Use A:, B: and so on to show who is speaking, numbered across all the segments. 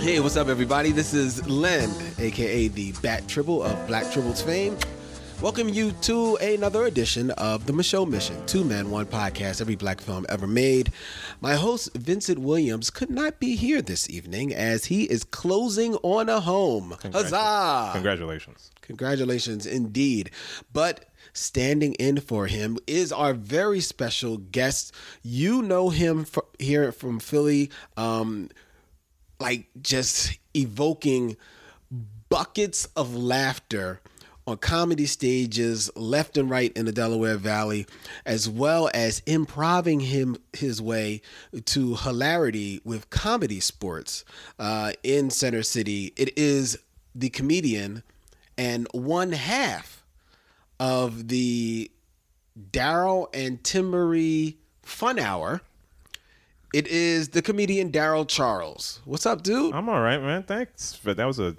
A: Hey, what's up, everybody? This is Len, aka the Bat Tribble of Black Tribbles fame. Welcome you to another edition of the Michelle Mission, Two Men, One Podcast, every black film ever made. My host, Vincent Williams, could not be here this evening as he is closing on a home.
B: Uh,
A: Huzzah!
B: Congratulations.
A: Congratulations, indeed. But standing in for him is our very special guest. You know him fr- here from Philly, um, like just evoking buckets of laughter on comedy stages left and right in the Delaware Valley, as well as improving him his way to hilarity with comedy sports uh, in Center City. It is the comedian and one half of the Daryl and Timmery Fun Hour. It is the comedian Daryl Charles. What's up, dude?
B: I'm all right, man. Thanks. But that was a.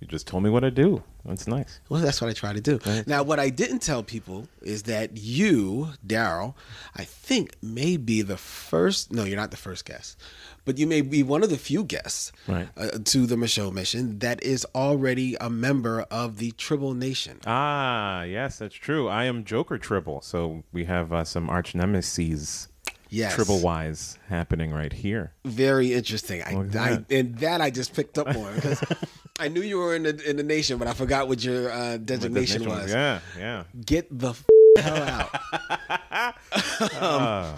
B: You just told me what I do. That's nice.
A: Well, that's what I try to do. Now, what I didn't tell people is that you, Daryl, I think may be the first. No, you're not the first guest, but you may be one of the few guests
B: Right.
A: uh, to the Michelle Mission that is already a member of the Tribble Nation.
B: Ah, yes, that's true. I am Joker Tribble. So we have uh, some arch nemesis.
A: Yes.
B: Tribble wise happening right here.
A: Very interesting. I,
B: at
A: I and that I just picked up on because I knew you were in the in the nation, but I forgot what your uh, designation was.
B: Yeah, yeah.
A: Get the f- hell out. Um,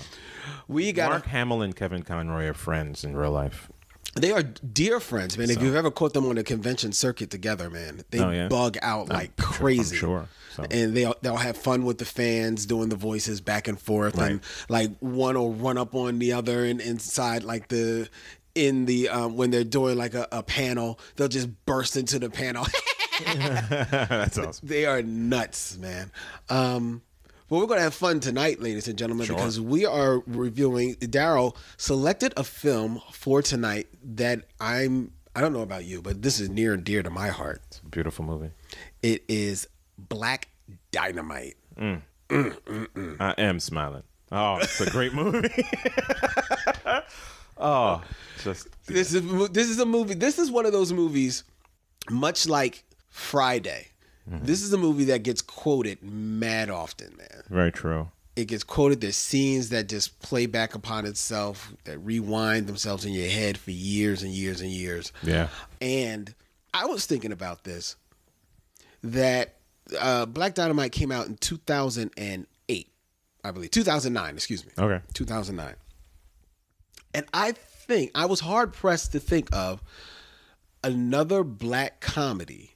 A: we got
B: Mark Hamill and Kevin Conroy are friends in real life.
A: They are dear friends, man. If you've ever caught them on the convention circuit together, man, they
B: Oh, yeah?
A: bug out like crazy.
B: sure. So-
A: And they'll they'll have fun with the fans, doing the voices back and forth, and
B: Right.
A: like one will run up on the other, and inside like the in the um, when they're doing like a, a panel, they'll just burst into the panel.
B: That's awesome.
A: they are nuts, man. Um, but we're gonna have fun tonight, ladies and gentlemen, because we are reviewing. Daryl selected a film for tonight that I'm. I don't know about you, but this is near and dear to my heart.
B: Beautiful movie.
A: It is Black Dynamite.
B: I am smiling. Oh, it's a great movie. oh, just
A: This is this is a movie. This is one of those movies, much like Friday. This is a movie that gets quoted mad often, man.
B: very true.
A: it gets quoted. There's scenes that just play back upon itself, that rewind themselves in your head for years and years and years.
B: Yeah.
A: And I was thinking about this that uh, Black Dynamite came out in 2008, I believe. 2009, excuse me.
B: Okay.
A: 2009. And I think I was hard pressed to think of another black comedy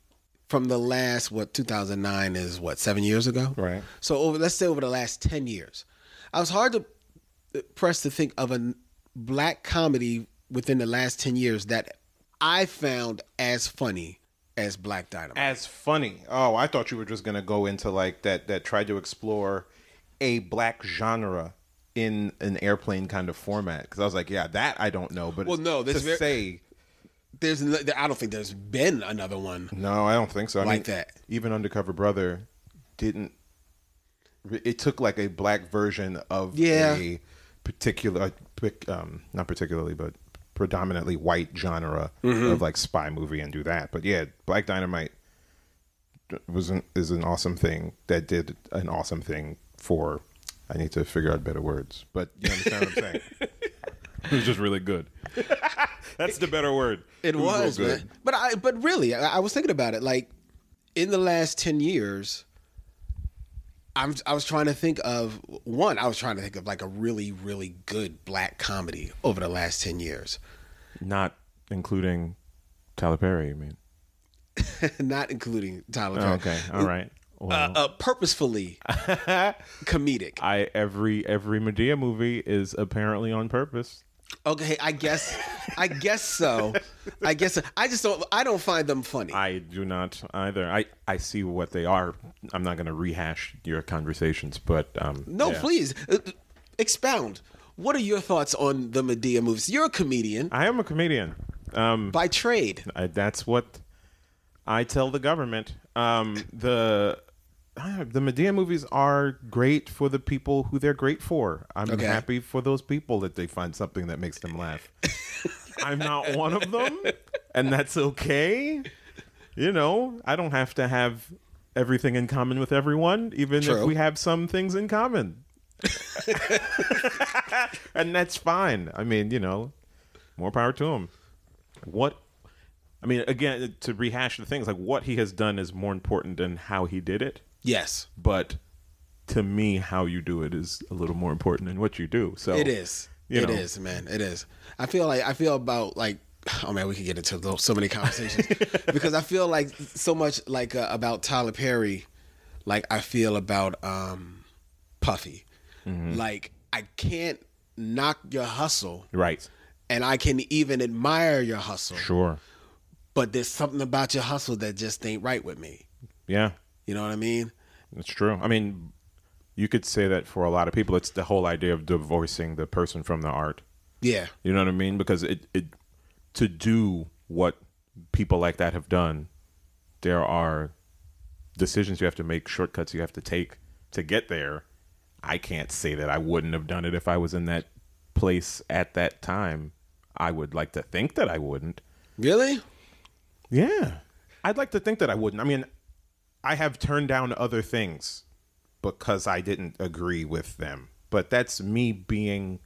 A: from the last what 2009 is what 7 years ago.
B: Right.
A: So over let's say over the last 10 years. I was hard to pressed to think of a black comedy within the last 10 years that I found as funny as Black Dynamite.
C: as funny. Oh, I thought you were just gonna go into like that that tried to explore a black genre in an airplane kind of format because I was like, yeah, that I don't know, but
A: Well, no,
C: to
A: that's very-
C: say
A: There's no- I don't think there's been another one.
C: no, I don't think so. I
A: Like
C: mean,
A: that.
C: Even Undercover Brother didn't. It took like a black version of
A: Yeah.
C: a particular, um, not particularly, but predominantly white genre
A: Mm-hmm.
C: of like spy movie and do that. But yeah, Black Dynamite was an, is an awesome thing that did an awesome thing for. I need to figure out better words, but you understand what I'm saying.
B: It was just really good. That's the better word.
A: It was,
C: real good.
A: man. But I, but really, I, I was thinking about it. Like in the last ten years, I'm I was trying to think of one. I was trying to think of like a really, really good black comedy over the last ten years,
B: Not including Tyler Perry, you mean?
A: not including Tyler Perry.
B: Okay. All right.
A: Uh,
B: Well,
A: uh, purposefully comedic.
B: I every every Medea movie is apparently on purpose.
A: Okay, I guess, I guess so. I guess so. I just don't. I don't find them funny.
B: I do not either. I I see what they are. I'm not going to rehash your conversations, but um
A: No,
B: yeah.
A: please uh, expound. What are your thoughts on the Medea movies? You're a comedian.
B: I am a comedian. Um,
A: by trade.
B: I, that's what I tell the government. Um, the uh, the Medea movies are great for the people who they're great for. I'm
A: Okay.
B: happy for those people that they find something that makes them laugh. I'm not one of them, and that's okay. You know, I don't have to have everything in common with everyone, even
A: True.
B: if we have some things in common. and that's fine. I mean, you know, more power to him. What I mean, again, to rehash the things, like what he has done is more important than how he did it.
A: Yes,
B: But to me, how you do it is a little more important than what you do. So
A: it is. It
B: you
A: is,
B: know.
A: man. It is. I feel like I feel about like. Oh man, we could get into tho- so many conversations because I feel like so much like uh, about Tyler Perry, like I feel about um Puffy.
B: Mm-hmm.
A: Like I can't knock your hustle,
B: Right.
A: and I can even admire your hustle,
B: Sure.
A: but there's something about your hustle that just ain't right with me.
B: Yeah.
A: You know what I mean?
B: That's true. I mean, you could say that for a lot of people. It's the whole idea of divorcing the person from the art.
A: Yeah.
B: You know what I mean? Because it, it to do what people like that have done, there are decisions you have to make, shortcuts you have to take to get there. I can't say that I wouldn't have done it if I was in that place at that time. I would like to think that I wouldn't.
A: Really?
B: Yeah. I'd like to think that I wouldn't. I mean,
C: I have turned down other things because I didn't agree with them.
B: but that's me being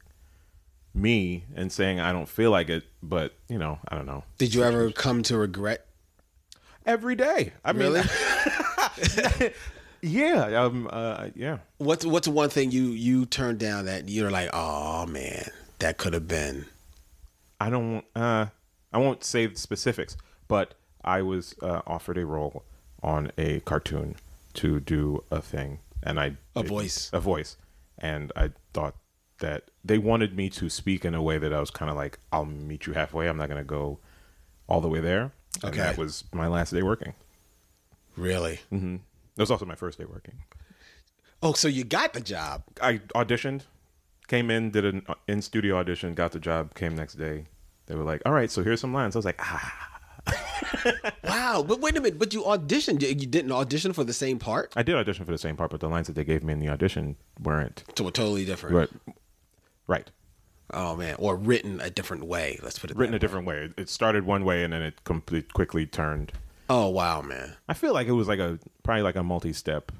B: me and saying I don't feel like it, but you know, I don't know.
A: Did you ever come to regret?
B: Every day. I mean,
A: Really?
B: yeah, um uh, yeah.
A: What's what's one thing you you turned down that you're like, oh man, that could have been.
B: I don't. Uh, I won't say the specifics, but I was uh, offered a role on a cartoon to do a thing, and I
A: A voice.
B: a voice, and I thought that they wanted me to speak in a way that I was kind of like, I'll meet you halfway. I'm not gonna go all the way there. And
A: Okay.
B: that was my last day working.
A: Really?
B: It was also my first day working.
A: Oh, so you got the job.
B: I auditioned, came in, did an in studio audition, got the job, came next day. They were like, "All right, so here's some lines." I was like, "Ah."
A: Wow, but wait a minute, but you auditioned. You you didn't audition for the same part?
B: I did audition for the same part, but the lines that they gave me in the audition weren't
A: To a totally different.
B: right. Right,
A: Oh man, or written a different way. Let's put it
B: written a
A: that
B: different way. It- It started one way and then it complete, quickly turned.
A: way. Oh wow, man.
B: I feel like it was like a probably like a multi-step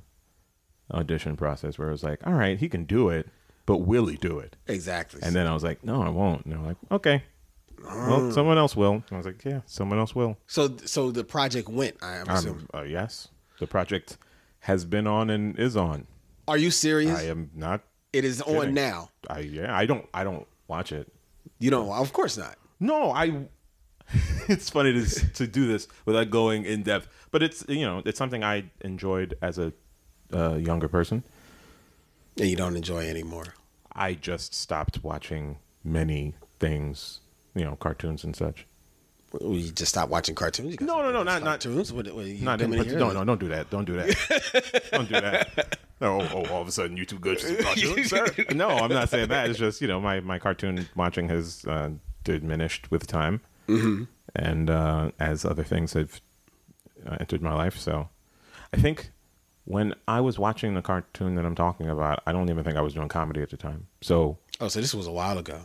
B: audition process where it was like, all right, he can do it, but will he do it?
A: Exactly.
B: And then I was like, no, I won't. And they're like, okay, well, someone else will. And I was like, yeah, someone else will.
A: so so the project went, I am assuming.
B: Um, uh, yes, the project has been on and is on.
A: Are you serious?
B: I am not.
A: it is on
B: kidding.
A: now.
B: I yeah. I don't. I don't watch it.
A: You know, of course not.
B: No, I. it's funny to to do this without going in depth, but it's you know it's something I enjoyed as a uh, younger person.
A: And you don't enjoy it anymore.
B: I just stopped watching many things, you know, cartoons and such.
A: You just stop watching cartoons. You got
B: No,
A: something
B: no, no,
A: against
B: not- not-
A: cartoons. What, what, you
B: Not in,
A: coming in
B: but,
A: here?
B: no, no, don't do that. Don't do that. don't do that. No, oh, oh, all of a sudden you too good for some cartoons, sir. No, I'm not saying that. It's just you know my my cartoon watching has uh, diminished with time, mm-hmm. and uh, as other things have uh, entered my life. So, I think when I was watching the cartoon that I'm talking about, I don't even think I was doing comedy at the time. So
A: Oh, so this was a while ago.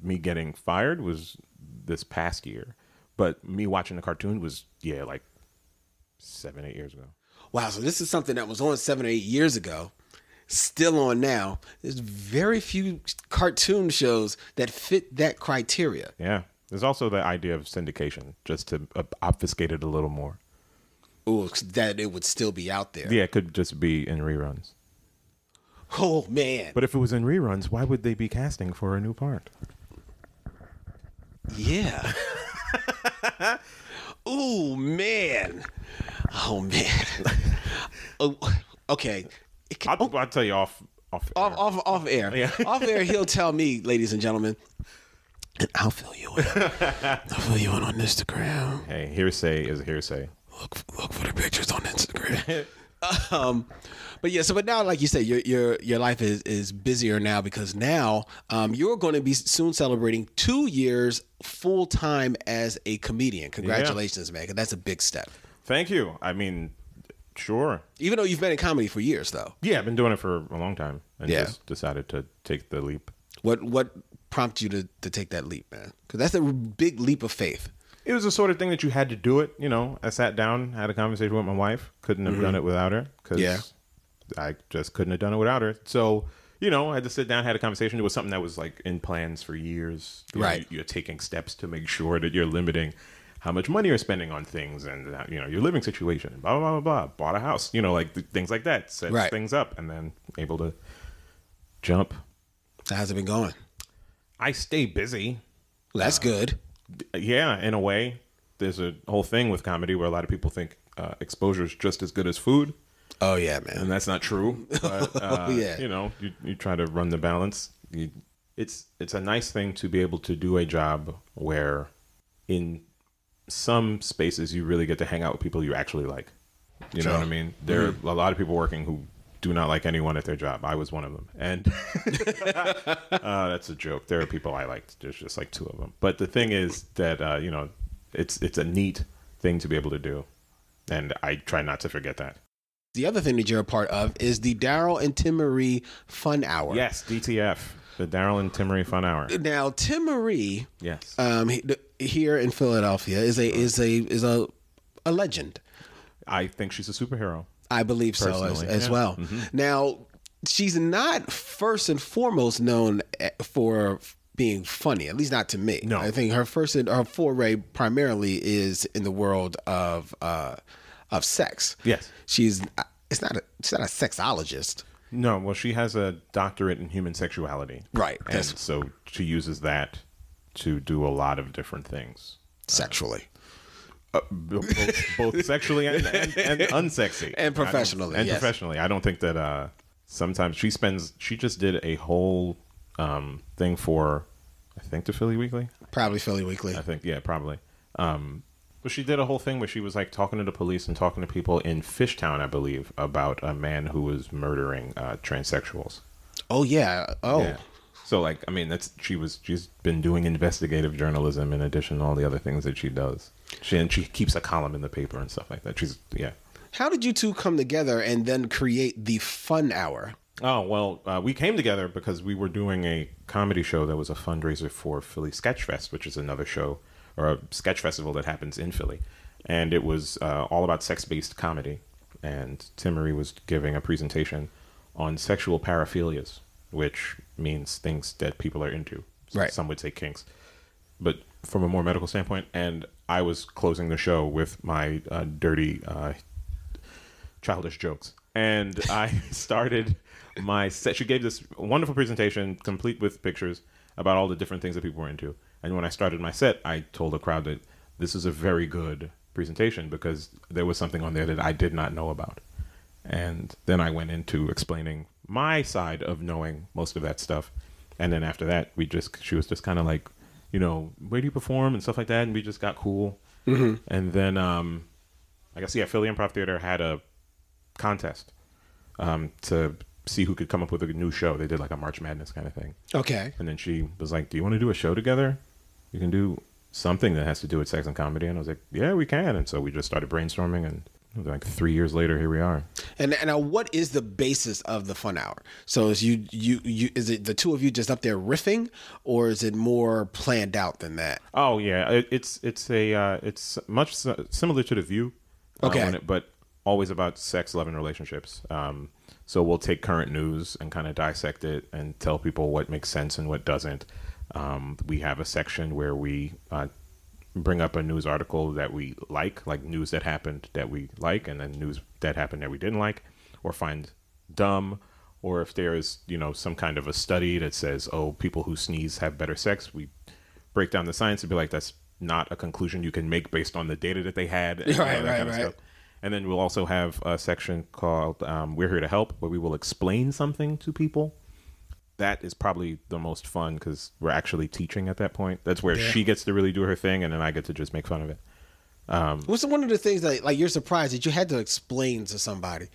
B: me getting fired was this past year, but me watching the cartoon was yeah like seven eight years ago.
A: Wow, so this is something that was on seven or eight years ago, still on now. There's very few cartoon shows that fit that criteria.
B: Yeah. There's also the idea of syndication, just to uh, obfuscate it a little more.
A: Ooh, that it would still be out there.
B: Yeah, it could just be in reruns.
A: Oh man,
B: But if it was in reruns, why would they be casting for a new part?
A: yeah. Ooh man, oh man. oh, okay, It can-
B: I'll, I'll tell you off. Off.
A: off
B: air.
A: off off air. off air, he'll tell me, ladies and gentlemen, and I'll fill you in. I'll fill you in on Instagram.
B: Hey, hearsay is hearsay.
A: Look look for the pictures on Instagram. um, but yeah, so but now, like you said, your your your life is is busier now because now um, you're going to be soon celebrating two years full time as a comedian. Congratulations, man! That's a big step.
B: Thank you. I mean, sure.
A: Even though you've been in comedy for years, though,
B: Yeah, I've been doing it for a long time and
A: Yeah.
B: just decided to take the leap.
A: what what prompted you to to take that leap, man? Because that's a big leap of faith.
B: It was the sort of thing that you had to do it. You know, I sat down, had a conversation with my wife. Couldn't have done it without her because
A: Yeah.
B: I just couldn't have done it without her. So, you know, I had to sit down, had a conversation. It was something that was like in plans for years. You know,
A: Right.
B: you- you're taking steps to make sure that you're limiting how much money you're spending on things and, uh, you know, your living situation, blah, blah, blah, blah, blah. Bought a house, you know, like th- things like that. Sets
A: Right.
B: things up and then able to jump.
A: So how's it been going?
B: I stay busy.
A: Well, that's good.
B: yeah, in a way, there's a whole thing with comedy where a lot of people think uh, exposure is just as good as food,
A: Oh yeah, man.
B: and that's not true. But, uh,
A: yeah.
B: you know, you, you try to run the balance. You, it's it's a nice thing to be able to do a job where, in some spaces, you really get to hang out with people you actually like. You know what I mean? There are a lot of people working who do not like anyone at their job. I was one of them, and uh, that's a joke. There are people I liked. There's just like two of them. But the thing is that uh, you know, it's it's a neat thing to be able to do, and I try not to forget that.
A: The other thing that you're a part of is the Daryl and Tim Marie Fun Hour.
B: Yes, DTF, the Daryl and Timory Fun Hour.
A: Now Tim Marie,
B: Yes,
A: um, he- th- here in Philadelphia is a is a is a a legend.
B: I think she's a superhero.
A: I believe so as,
B: Personally,
A: as
B: yeah. Mm-hmm.
A: well. Now she's not first and foremost known eh, for being funny, at least not to me.
B: No.
A: I think her first and her foray primarily is in the world of uh, of sex.
B: Yes.
A: she's uh, it's not a, she's not a sexologist.
B: No, well, she has a doctorate in human sexuality,
A: Right,
B: And
A: that's-
B: so she uses that to do a lot of different things,
A: Sexually.
B: Uh. B- both, both sexually and, and, and unsexy
A: And professionally,
B: I don't- and
A: yes.
B: professionally i don't think that uh sometimes she spends she just did a whole um thing for i think the philly weekly
A: Probably Philly Weekly.
B: i think yeah probably um but she did a whole thing where she was like talking to the police and talking to people in fishtown i believe about a man who was murdering uh transsexuals
A: Oh yeah. Oh.
B: yeah. So like I mean that's she was she's been doing investigative journalism in addition to all the other things that she does. She and she keeps a column in the paper and stuff like that. She's yeah.
A: How did you two come together and then create the fun hour?
B: Oh well, uh, we came together because we were doing a comedy show that was a fundraiser for Philly Sketch Fest, which is another show or a sketch festival that happens in Philly, and it was uh, all about sex-based comedy. And Timory was giving a presentation on sexual paraphilias, which means things that people are into.
A: Right.
B: Some would say kinks, but from a more medical standpoint. And I was closing the show with my uh, dirty uh, childish jokes. And I started my set. She gave this wonderful presentation, complete with pictures about all the different things that people were into. And when I started my set, I told the crowd that this is a very good presentation because there was something on there that I did not know about. And then I went into explaining my side of knowing most of that stuff. And then after that, we just, she was just kind of like, you know, where do you perform and stuff like that. And we just got cool. And then, um, I guess yeah, Philly Improv Theater had a contest um, to see who could come up with a new show. They did like a March Madness kind of thing,
A: Okay.
B: and then she was like, "Do you want to do a show together? You can do something that has to do with sex and comedy." And I was like, "Yeah, we can." And so we just started brainstorming, and it was like three years later, here we are.
A: And and now what is the basis of the fun hour? So is you you you is it the two of you just up there riffing or is it more planned out than that?
B: Oh yeah, it, it's it's a uh, it's much si- similar to the View, uh,
A: Okay.
B: when it- but always about sex, love, and relationships. Um, so we'll take current news and kind of dissect it and tell people what makes sense and what doesn't. Um, we have a section where we uh, bring up a news article that we like, like news that happened that we like, and then news that happened that we didn't like, or find dumb or if there is you know some kind of a study that says oh people who sneeze have better sex we break down the science and be like that's not a conclusion you can make based on the data that they had and all
A: Right,
B: that
A: right,
B: kinda
A: right.
B: and then we'll also have a section called um, we're here to help where we will explain something to people that is probably the most fun because we're actually teaching at that point that's where she gets to really do her thing and then i get to just make fun of it
A: What's one of the things that like you're surprised that you had to explain to somebody?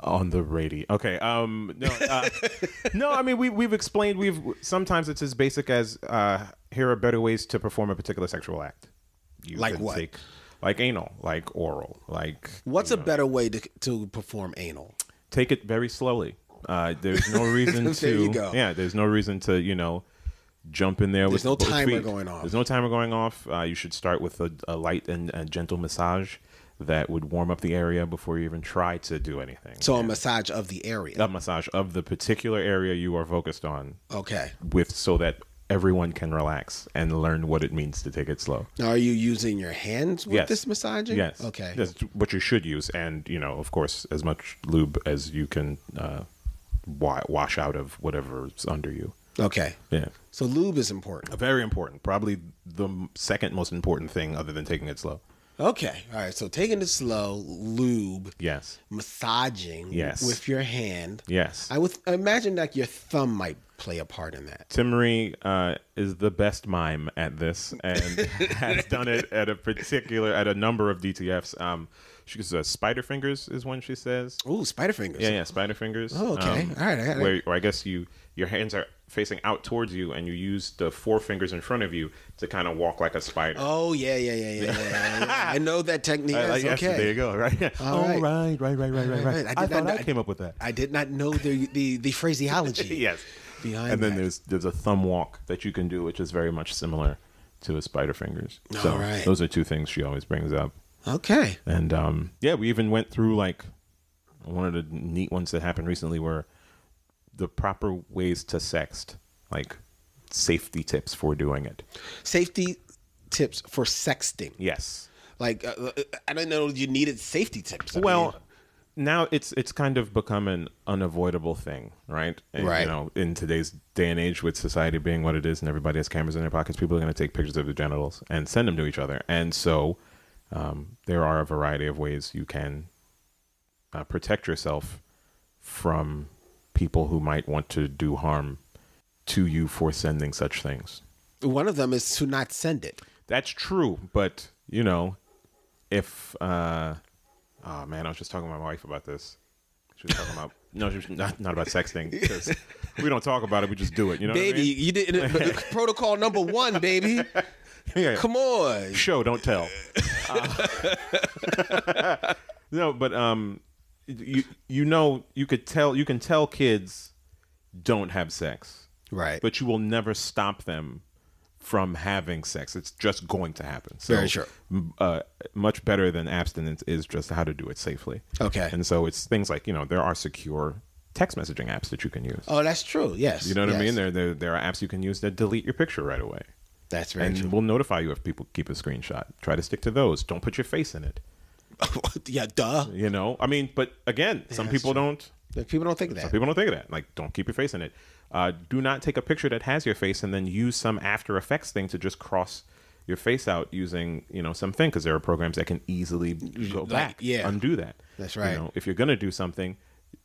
B: on the radio. Okay. Um. No. Uh, no. I mean, we we've explained. We've sometimes it's as basic as uh, here are better ways to perform a particular sexual act. You
A: Like
B: can
A: what?
B: like anal, like oral, like
A: What's a better way to, to perform anal?
B: take it very slowly. Uh, there's no reason to.
A: There you go.
B: Yeah, there's no reason to you know jump in there with
A: There's no
B: both
A: timer
B: feet.
A: going off.
B: There's no timer going off. Uh, you should start with a, a light and a gentle massage that would warm up the area before you even try to do anything.
A: So a massage of the area.
B: a massage of the particular area you are focused on
A: Okay.
B: with so that everyone can relax and learn what it means to take it slow.
A: Now, are you using your hands with
B: Yes.
A: this massaging?
B: Yes.
A: Okay.
B: That's what you should use, and you know, of course, as much lube as you can uh, wa- wash out of whatever's under you.
A: Okay.
B: Yeah,
A: So lube is important.
B: very important. Probably the m- second most important thing, other than taking it slow.
A: Okay. All right. So taking it slow, lube,
B: Yes.
A: massaging
B: Yes.
A: with your hand.
B: Yes.
A: I would I imagine like your thumb might play a part in that.
B: Timmery uh, is the best mime at this and has done it at a particular at a number of DTFs. Um, she goes uh, spider fingers is one she says.
A: Ooh, spider fingers.
B: Yeah, yeah, spider fingers. um,
A: Oh, okay. All right, I got it.
B: where, or I guess you your hands are facing out towards you, and you use the four fingers in front of you to kind of walk like a spider.
A: Oh yeah, yeah, yeah, yeah, yeah. yeah, yeah. I know that technique.
B: Uh,
A: Yes,
B: yes,
A: okay.
B: there you go. Right.
A: All
B: Oh,
A: right.
B: right, right, right, right, right,
A: right. I
B: right.
A: did
B: I,
A: not
B: thought
A: know-
B: I came up with that.
A: I did not know the the, the phraseology.
B: yes.
A: Behind
B: And then
A: that.
B: there's there's a thumb walk that you can do, which is very much similar to a spider fingers. So
A: All right.
B: those are two things she always brings up.
A: Okay.
B: And um, yeah, we even went through like one of the neat ones that happened recently were the proper ways to sext, like safety tips for doing it.
A: Safety tips for sexting.
B: Yes.
A: Like uh, uh, I don't know you needed safety tips. I
B: well,
A: mean,
B: now it's it's kind of become an unavoidable thing, right? And,
A: Right.
B: You know, in today's day and age, with society being what it is, and everybody has cameras in their pockets, people are going to take pictures of their genitals and send them to each other, and so um, there are a variety of ways you can uh, protect yourself from people who might want to do harm to you for sending such things.
A: one of them is to not send it.
B: That's true, but you know, if uh oh man, I was just talking to my wife about this. She was talking about no, she was not not about sexting because we don't talk about it, we just do it. You know, what I
A: Baby,
B: mean?
A: you didn't. protocol number one, baby.
B: Yeah.
A: Come on.
B: show, don't tell. Uh, no, but um, you you know you could tell you can tell kids don't have sex,
A: Right.
B: But you will never stop them from having sex. It's just going to happen. So,
A: Very sure.
B: m- Uh, much better than abstinence is just how to do it safely.
A: Okay.
B: And so it's things like you know there are secure text messaging apps that you can use.
A: Oh, that's true. Yes.
B: You know what I
A: yes.
B: mean? There, there there are apps you can use that delete your picture right away
A: That's very
B: and
A: true.
B: we'll notify you if people keep a screenshot. Try to stick to those. Don't put your face in it.
A: yeah, duh.
B: You know, I mean, but again, some people don't.
A: People don't think of that.
B: Some people don't think of that. Like, don't keep your face in it. Uh, do not take a picture that has your face and then use some After Effects thing to just cross your face out using you know something because there are programs that can easily go back,
A: yeah.
B: undo that.
A: That's
B: You
A: right.
B: know, if you're gonna do something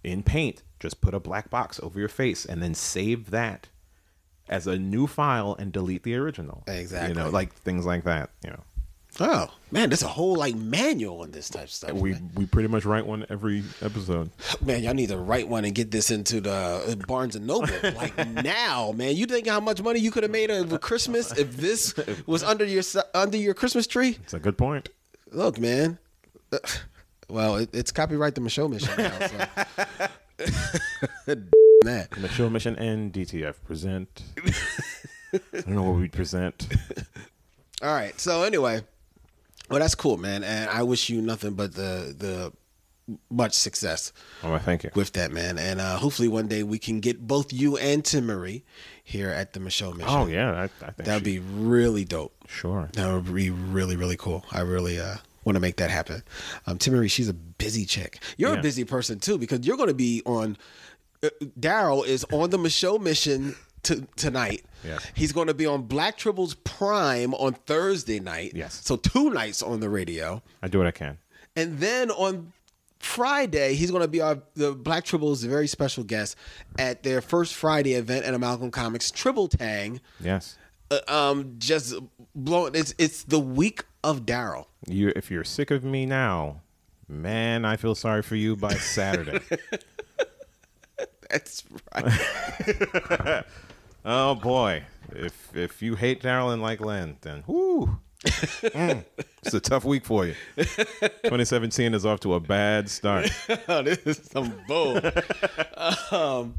B: in Paint, just put a black box over your face and then save that as a new file and delete the original.
A: Exactly.
B: You know, like things like that. You know.
A: Oh man, there's a whole like manual on this type of stuff.
B: We we pretty much write one every episode.
A: man, y'all need to write one and get this into the uh, Barnes and Noble like now, man. You think how much money you could have made over Christmas if this was under your s- under your Christmas tree?
B: It's a good point.
A: Look, man. Uh, Well, it, it's copyright the Michelle Mission now. So. that.
B: Mature Mission and DTF present. I don't know what we present.
A: All right. So anyway, well, that's cool, man, and I wish you nothing but the the much success.
B: Oh, well, thank you.
A: with that, man. And uh, hopefully one day we can get both you and Tim Marie here at the Michelle Mission.
B: Oh yeah, I, I think
A: that would be
B: she-
A: really dope.
B: sure.
A: That would be really, really cool. I really uh, want to make that happen. Um, Tim Marie, she's a busy chick. You're a
B: Yeah.
A: busy person too because you're going to be on. Uh, Daryl is on the Michelle Mission. To, tonight,
B: Yes.
A: he's going to be on Black Tribbles Prime on Thursday night.
B: Yes.
A: so two nights on the radio.
B: I do what I can.
A: And then on Friday, he's going to be our the Black Tribbles very special guest at their first Friday event at Amalgam Comics Tribble Tang.
B: Yes.
A: Uh, um, just blowing. It's it's the week of Daryl.
B: You, if you're sick of me now, Man, I feel sorry for you by Saturday.
A: That's right.
B: oh boy, if if you hate Maryland like Len, then whoo, Mm. it's a tough week for you. 2017 is off to a bad start.
A: Oh, this is some bull. um,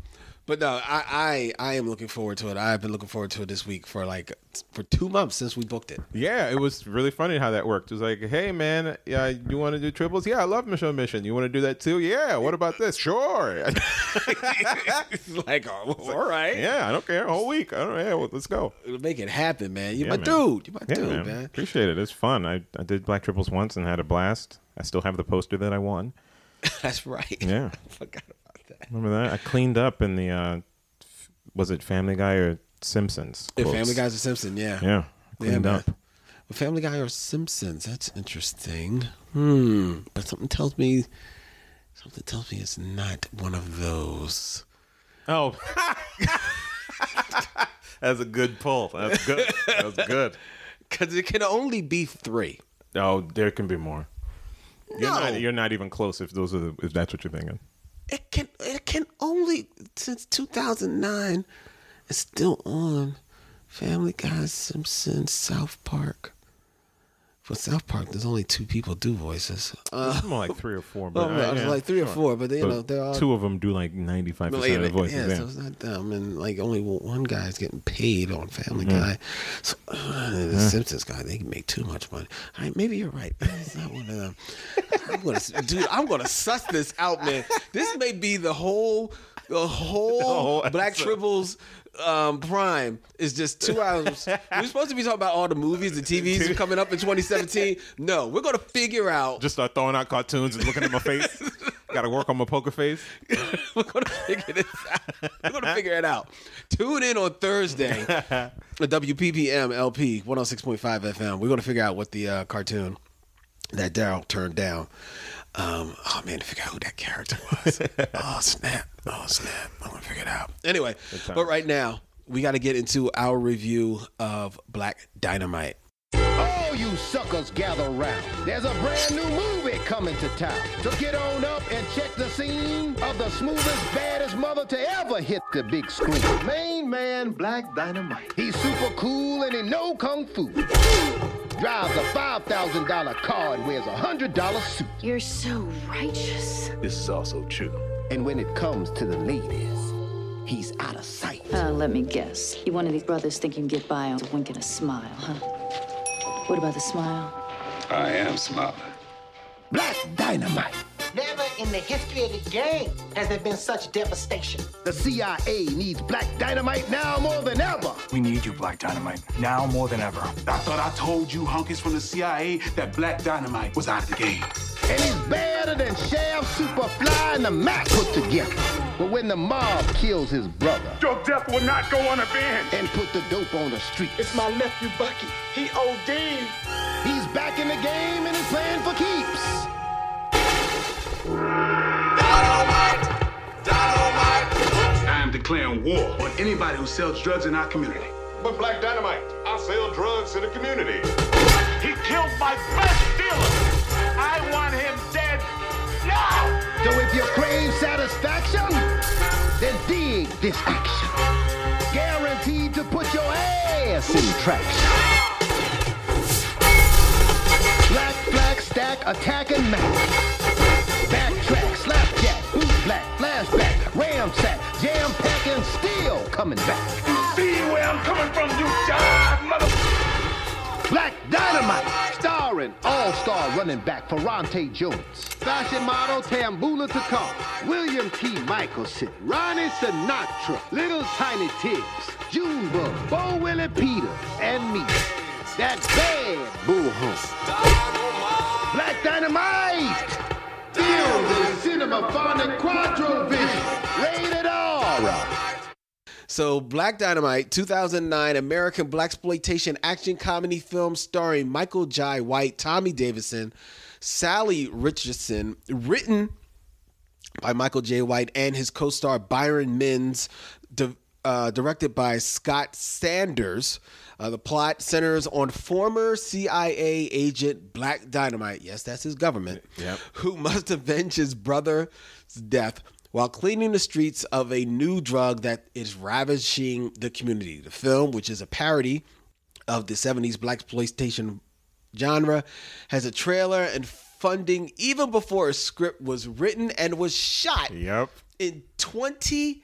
A: but no, I, I I am looking forward to it. I've been looking forward to it this week for like for two months since we booked it.
B: Yeah, it was really funny how that worked. It was like, hey man, yeah, you want to do triples? Yeah, I love Mission Mission. You want to do that too? Yeah. What about this? Sure.
A: It's like, oh, all right,
B: yeah, I don't care. Whole week. I don't. Yeah, well, let's go.
A: make it happen, man. You're my
B: man.
A: dude. You're my
B: Yeah,
A: dude,
B: man.
A: man.
B: Appreciate it. It's fun. I, I did black triples once and had a blast. I still have the poster that I won.
A: That's right.
B: Yeah.
A: I forgot about that.
B: Remember that? I cleaned up in the uh f- was it Family Guy or Simpsons?
A: Yeah,
B: quotes.
A: Family Guy's or Simpson, yeah.
B: Yeah. I
A: Yeah,
B: Cleaned
A: man.
B: up.
A: Well, Family Guy or Simpsons? That's interesting. Hmm. But something tells me, something tells me it's not one of those.
B: Oh. That's a good pull. That's good. That's good.
A: Because it can only be three.
B: Oh, there can be more. You're
A: No.
B: not you're not even close if those are the, if that's what you're thinking.
A: It can. It can only since 2009. It's still on. Family Guy, Simpsons, South Park. For South Park, there's only two people do voices. Uh,
B: More like three or four,
A: well,
B: but I-
A: no, it's
B: yeah,
A: like three or
B: sure.
A: four, but you
B: But
A: know they're all
B: two of them do like 95% of the
A: Like,
B: voices.
A: Yeah,
B: yeah.
A: so it's not them, and like only one guy is getting paid on Family
B: Mm.
A: Guy. So uh, the Simpsons guy, they can make too much money. All right, maybe you're right. It's not one of them. I'm gonna, dude, I'm gonna suss this out, man. This may be the whole, the whole
B: whole
A: Black
B: episode.
A: Tribbles um, prime is just two hours. we're supposed to be talking about all the movies and TVs coming up in 2017. No, we're gonna figure out.
B: just start throwing out cartoons and looking at my face. Got to work on my poker face.
A: We're gonna figure this out. We're gonna figure it out. Tune in on Thursday at WPPM LP 106.5 FM. We're gonna figure out what the uh, cartoon that Daryl turned down. Um, oh man, to figure out who that character was. oh snap! Oh snap! I'm gonna figure it out. Anyway, but right now we got to get into our review of Black Dynamite.
D: All you suckers gather round. There's a brand new movie coming to town. So get on up and check the scene of the smoothest, baddest mother to ever hit the big screen. Main man, Black Dynamite. He's super cool and he know kung fu. Drives a $5,000 car and wears a $100 suit.
E: You're so righteous.
F: This is also true.
D: And when it comes to the ladies, he's out of sight.
E: Uh, let me guess. You one of these brothers think you can get by on a wink and a smile, huh? What about the smile?
F: I am smiling.
D: Black Dynamite.
G: Never in the history of the game has there been such devastation.
D: The CIA needs Black Dynamite now more than ever.
H: We need you, Black Dynamite, now more than ever.
F: I thought I told you honkies from the CIA that Black Dynamite was out of the game.
D: And he's better than Shaft, Superfly, and the Mac put together. But when the mob kills his brother
H: Your death will not go unavenged.
D: and put the dope on the street,
G: It's my nephew Bucky. He OD'd.
D: he's back in the game and he's playing for keeps.
F: I am declaring war on anybody who sells drugs in our community.
I: But Black Dynamite, I sell drugs to the community.
H: He killed my best dealer. I want him dead now.
D: So if you crave satisfaction, then dig this action. Guaranteed to put your ass in traction. Black, black, stack, attack, and match. Backtrack, slapjack, bootblack, flashback, ramsack, jam pack, and still coming back.
H: You see where I'm coming from, you jive mother.
D: Black Dynamite, starring all-star running back Ferrante Jones, fashion model Tambula Takar, William P. Michelson, Ronnie Sinatra, Little Tiny Tibbs, Junebug, Bo Willie Peters, and me. That bad bull hunt. Black Dynamite! Filmed in cinema quadro vision. Rated R.
A: So, Black Dynamite, 2009 American blaxploitation action comedy film starring Michael Jai White, Tommy Davidson, Sally Richardson, written by Michael J. White and his co-star Byron Mins, de- uh, directed by Scott Sanders. Uh, the plot centers on former CIA agent Black Dynamite. Yes, that's his government. Who must avenge his brother's death while cleaning the streets of a new drug that is ravaging the community. The film, which is a parody of the 70s black exploitation genre has a trailer and funding even before a script was written and was shot
B: Yep.
A: in 20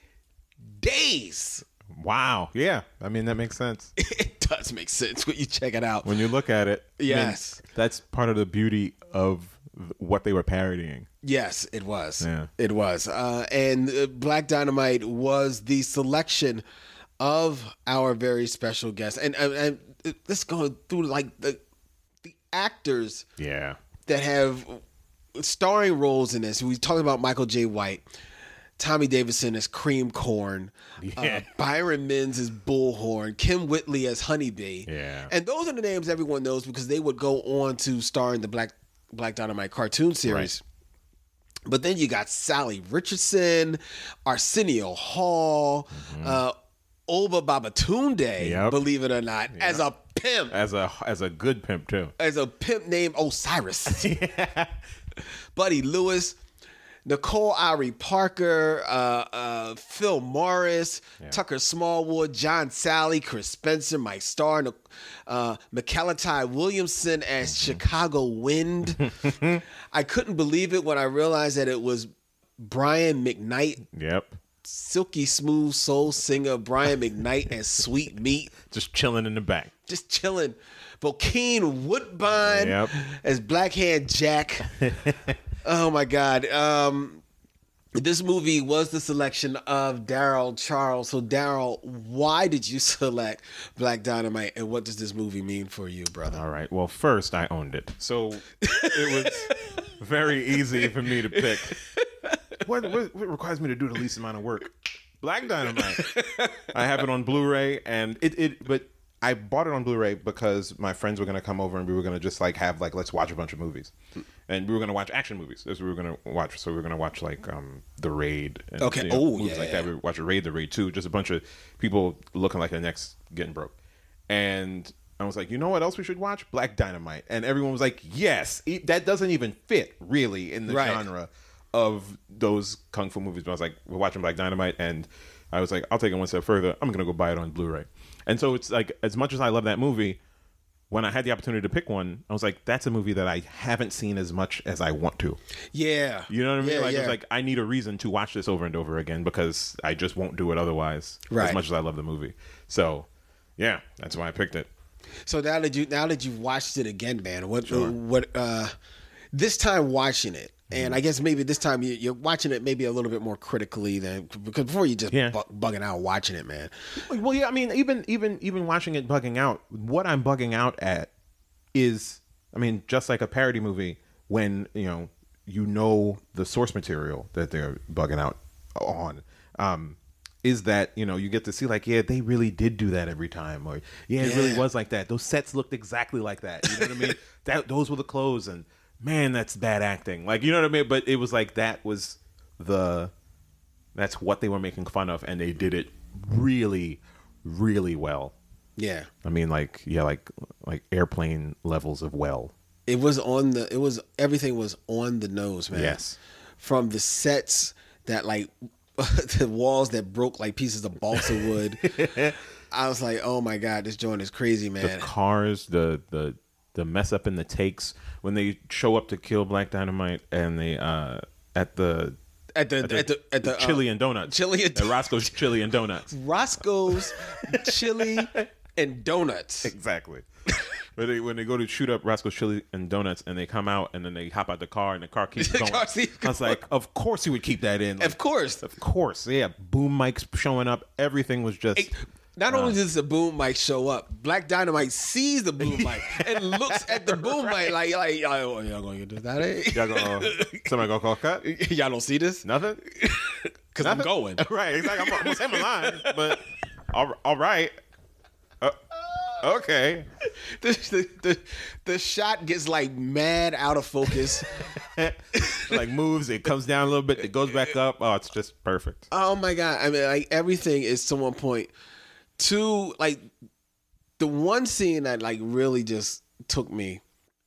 A: days.
B: Wow. Yeah. I mean, that makes sense.
A: It does make sense when you check it out.
B: When you look at it, I mean,
A: Yes.
B: that's part of the beauty of th- what they were parodying.
A: Yes, it was.
B: Yeah.
A: It was. Uh, and uh, Black Dynamite was the selection of our very special guest. And, and, and uh, this going through like the, the actors
B: Yeah.
A: that have starring roles in this. We talked about Michael J. White, Tommy Davidson as Cream Corn, uh, Byron Mins as Bullhorn, Kim Whitley as Honeybee.
B: Yeah.
A: and those are the names everyone knows because they would go on to star in the Black Black Dynamite cartoon series. But then you got Sally Richardson, Arsenio Hall, uh, Oba Babatunde,
B: Mm-hmm. Yep.
A: believe it or not, as a pimp
B: As a as a good pimp too.
A: as a pimp named Osiris. Buddy Lewis, Nicole Irie Parker, uh, uh, Phil Morris, Tucker Smallwood, John Sally, Chris Spencer, Mike Starr, Nic- uh, McAllister Williamson as Chicago Wind. I couldn't believe it when I realized that it was Brian McKnight,
B: Yep.
A: silky smooth soul singer Brian McKnight as Sweet Meat
B: Just chilling in the back.
A: just chilling. Bokeen Woodbine
B: Yep.
A: as Black Hand Jack. oh my God. Um, this movie was the selection of Daryl Charles. So, Daryl, why did you select Black Dynamite and what does this movie mean for you, brother?
B: All right. Well, first I owned it, so it was very easy for me to pick. What, what, what requires me to do the least amount of work? Black Dynamite. I have it on Blu-ray, and it, it but I bought it on Blu-ray because my friends were gonna come over and we were gonna just like have like let's watch a bunch of movies, and we were gonna watch action movies. That's what we were gonna watch. So we were gonna watch like um the Raid. And,
A: Okay.
B: you
A: Oh,
B: movies
A: yeah,
B: like
A: yeah,
B: that.
A: yeah.
B: We watch a Raid, the Raid Two, just a bunch of people looking like their necks getting broke, and. I was like, you know what else we should watch? Black Dynamite, and everyone was like, yes, e- that doesn't even fit really in the
A: Right.
B: genre genre of those kung fu movies. But I was like, we're watching Black Dynamite, and I was like, I'll take it one step further. I'm gonna go buy it on Blu-ray. And so it's like, as much as I love that movie, when I had the opportunity to pick one, I was like, that's a movie that I haven't seen as much as I want to.
A: Yeah.
B: You know what I mean?
A: Yeah,
B: like
A: yeah.
B: it's like I need a reason to watch this over and over again because I just won't do it otherwise.
A: Right.
B: As much as I love the movie, so yeah, that's why I picked it.
A: So now that you now that you've watched it again, man, what what uh this time watching it,
B: Mm-hmm.
A: and I guess maybe this time you, you're watching it maybe a little bit more critically than because before you just
B: Yeah.
A: bu- bugging out watching it, man.
B: Well, yeah, I mean, even even even watching it bugging out, what I'm bugging out at is, I mean, just like a parody movie, when you know you know the source material that they're bugging out on, um, is that you know you get to see like, yeah, they really did do that every time, or yeah, it really
A: Yeah.
B: was like that. Those sets looked exactly like that. You know what I mean? That those were the clothes, and man, that's bad acting. Like, you know what I mean? But it was like that was the that's what they were making fun of, and they did it really, really well.
A: Yeah.
B: I mean, like yeah, like like airplane levels of well.
A: It was on the. It was everything was on the nose, man.
B: Yes.
A: From the sets that like the walls that broke like pieces of balsa wood. I was like, oh my god, this joint is crazy, man.
B: The cars, the the the mess up in the takes when they show up to kill Black Dynamite, and they uh at the
A: at the at the at the uh,
B: Chili and Donuts,
A: Chili and
B: at Roscoe's Chili and Donuts.
A: Roscoe's chili and donuts.
B: Exactly. when they when they go to shoot up Roscoe's Chili and Donuts, and they come out, and then they hop out the car, and the car keeps
A: The
B: going.
A: car keeps
B: I was like, of course you would keep that in.
A: Of
B: Like,
A: course.
B: Of course, yeah. Boom mics showing up. Everything was just.
A: Not only does the boom mic show up, Black Dynamite sees the boom mic and looks at the boom mic like, like y'all, y'all gonna get this out
B: Y'all gonna, somebody gonna call cut?
A: Y'all don't see this?
B: Nothing?
A: Because I'm going.
B: right, exactly. I'm almost in my line, but all, all right. Uh,
C: okay.
A: the, the, the, the shot gets like mad out of focus.
B: like moves, it comes down a little bit, it goes back up. Oh, it's just perfect.
A: oh my god! I mean, like everything is to one point. Two, like the one scene that like really just took me.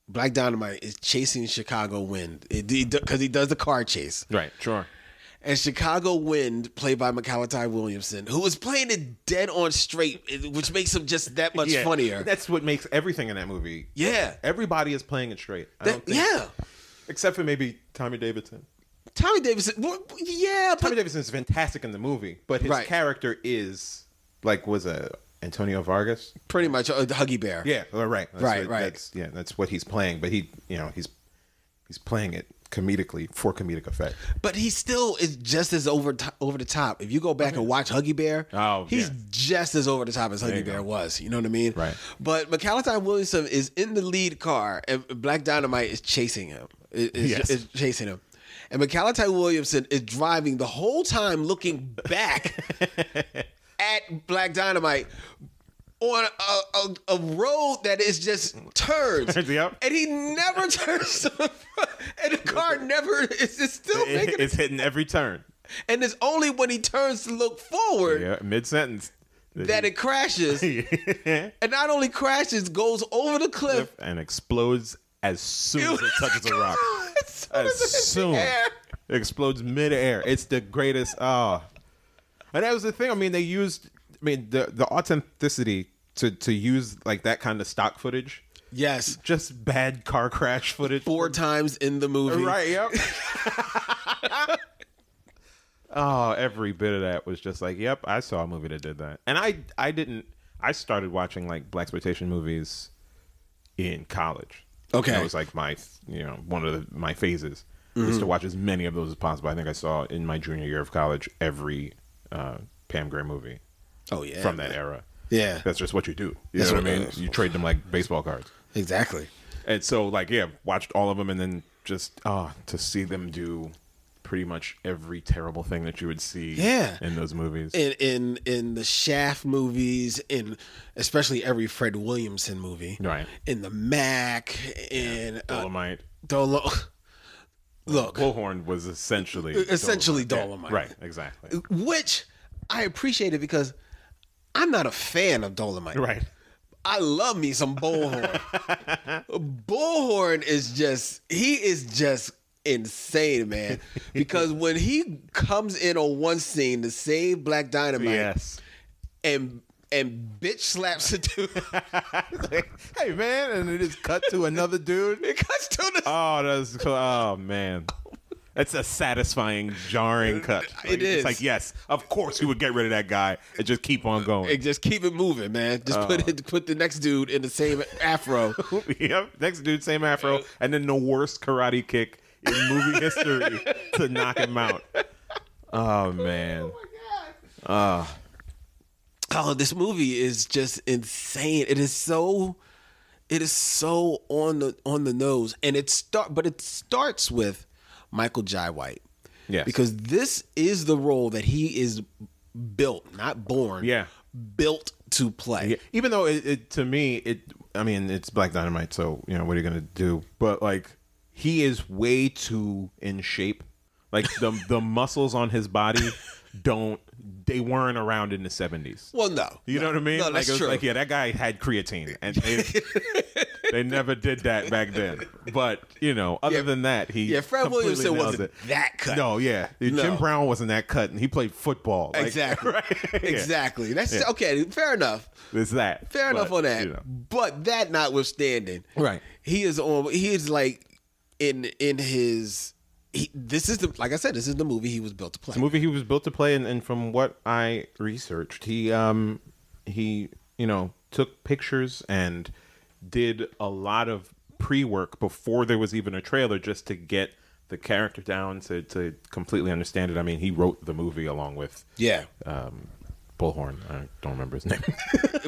A: Black Dynamite is chasing Chicago Wind because he does the car chase.
B: Right, sure.
A: and Chicago Wind, played by McAllister Williamson, who was playing it dead on straight, which makes him just that much
B: Yeah,
A: funnier.
B: That's what makes everything in that movie.
A: yeah,
B: Everybody is playing it straight. I
A: That-
B: don't think,
A: yeah.
B: Except for maybe Tommy Davidson.
A: Tommy Davidson, w- w- yeah, but
B: Tommy Davidson is fantastic in the movie, but his
A: Right.
B: character is like was a Antonio Vargas.
A: pretty much a Huggy Bear.
B: Yeah, all right, That's
A: Right,
B: what-
A: right.
B: That's, yeah, that's what he's playing. But he, you know, he's he's playing it comedically for comedic effect.
A: But he still is just as over to- over the top. If you go back and watch Huggy Bear,
B: Oh,
A: he's
B: yeah.
A: just as over the top as Huggy Bear was. You know what I mean?
B: Right.
A: But McAllister Williamson is in the lead car, and Black Dynamite is chasing him. Is, is-
B: Yes.
A: is chasing him. And McAllister Williamson is driving the whole time, looking back at Black Dynamite on a, a, a road that is just turns.
B: Yep.
A: And he never turns to the front, and the car never is it's still making
B: It- it's hitting every turn.
A: and it's only when he turns to look forward
B: Yeah, mid sentence.
A: that it crashes. and not only crashes, goes over the cliff.
B: and explodes as soon as it touches a rock.
A: As soon
B: As
A: as it's in
B: soon
A: the air.
B: it explodes midair. It's the greatest. Oh, and that was the thing. I mean, they used. I mean, the the authenticity to to use like that kind of stock footage,
A: Yes.
B: just bad car crash footage.
A: Four times in the movie.
B: Right. Yep. oh, every bit of that was just like, yep, I saw a movie that did that, and I I didn't. I started watching like black exploitation movies in college.
A: Okay.
B: that was like my you know one of the, my phases is
A: Mm-hmm.
B: to watch as many of those as possible. I think I saw in my junior year of college every uh, Pam Grier movie
A: Oh yeah.
B: from that era.
A: Yeah.
B: that's just what you do. You
A: That's
B: know what
A: what
B: I
A: it
B: mean?
A: is.
B: You trade them like baseball cards.
A: Exactly.
B: And so, like, yeah, watched all of them, and then just ah, to see them do pretty much every terrible thing that you would see,
A: Yeah.
B: in those movies.
A: In in in the Shaft movies, in especially every Fred Williamson movie.
B: Right.
A: In the Mac, in uh,
B: Dolomite,
A: Dolo Look.
B: Bullhorn was essentially
A: essentially Dolomite.
B: Yeah, right? Exactly.
A: which I appreciate it because I'm not a fan of Dolomite.
B: Right.
A: I love me some Bullhorn. Bullhorn is just he is just insane, man. Because when he comes in on one scene to save Black Dynamite
B: Yes.
A: and and bitch slaps a dude,
B: hey man, and it just cut to another dude.
A: it cuts to the
B: Oh, that's cool. oh man. That's a satisfying, jarring cut.
A: It
B: Like,
A: is.
B: It's like, yes, of course we would get rid of that guy and just keep on
A: and
B: going.
A: just keep it moving, man. Just
B: uh,
A: put it, put the next dude in the same afro.
B: yep. Next dude, same afro, and then the worst karate kick in movie history to knock him out. Oh man.
A: Oh, this movie is just insane. It is so it is so on the on the nose. And it start but it starts with Michael Jai White.
B: Yes.
A: Because this is the role that he is built, not born.
B: Yeah.
A: Built to play.
B: Yeah, even though it, it to me it I mean it's Black Dynamite, so you know what are you gonna do? But like he is way too in shape. Like the the muscles on his body don't they weren't around in the seventies.
A: Well, no.
B: You know what I mean?
A: No,
B: like
A: that's
B: it was
A: true.
B: like yeah, that guy had creatine, and they, they never did that back then. But you know, other
A: Yeah.
B: than that, he
A: Yeah, Fred
B: completely
A: Williamson
B: nails
A: wasn't
B: it.
A: that cut.
B: No, yeah,
A: No.
B: Jim Brown wasn't that cut, and he played football. Like,
A: Exactly.
B: right? Yeah.
A: Exactly. That's
B: Yeah.
A: okay. Fair enough.
B: It's that.
A: Fair enough
B: But,
A: on that.
B: you know.
A: But that notwithstanding,
B: Right.
A: He is on. He is like in in his. He, this is the like I said. This is the movie he was built to play.
B: It's a movie he was built to play, and, and from what I researched, he um he you know took pictures and did a lot of pre work before there was even a trailer, just to get the character down to to completely understand it. I mean, he wrote the movie along with
A: Yeah,
B: Uh. Bullhorn. I don't remember his name.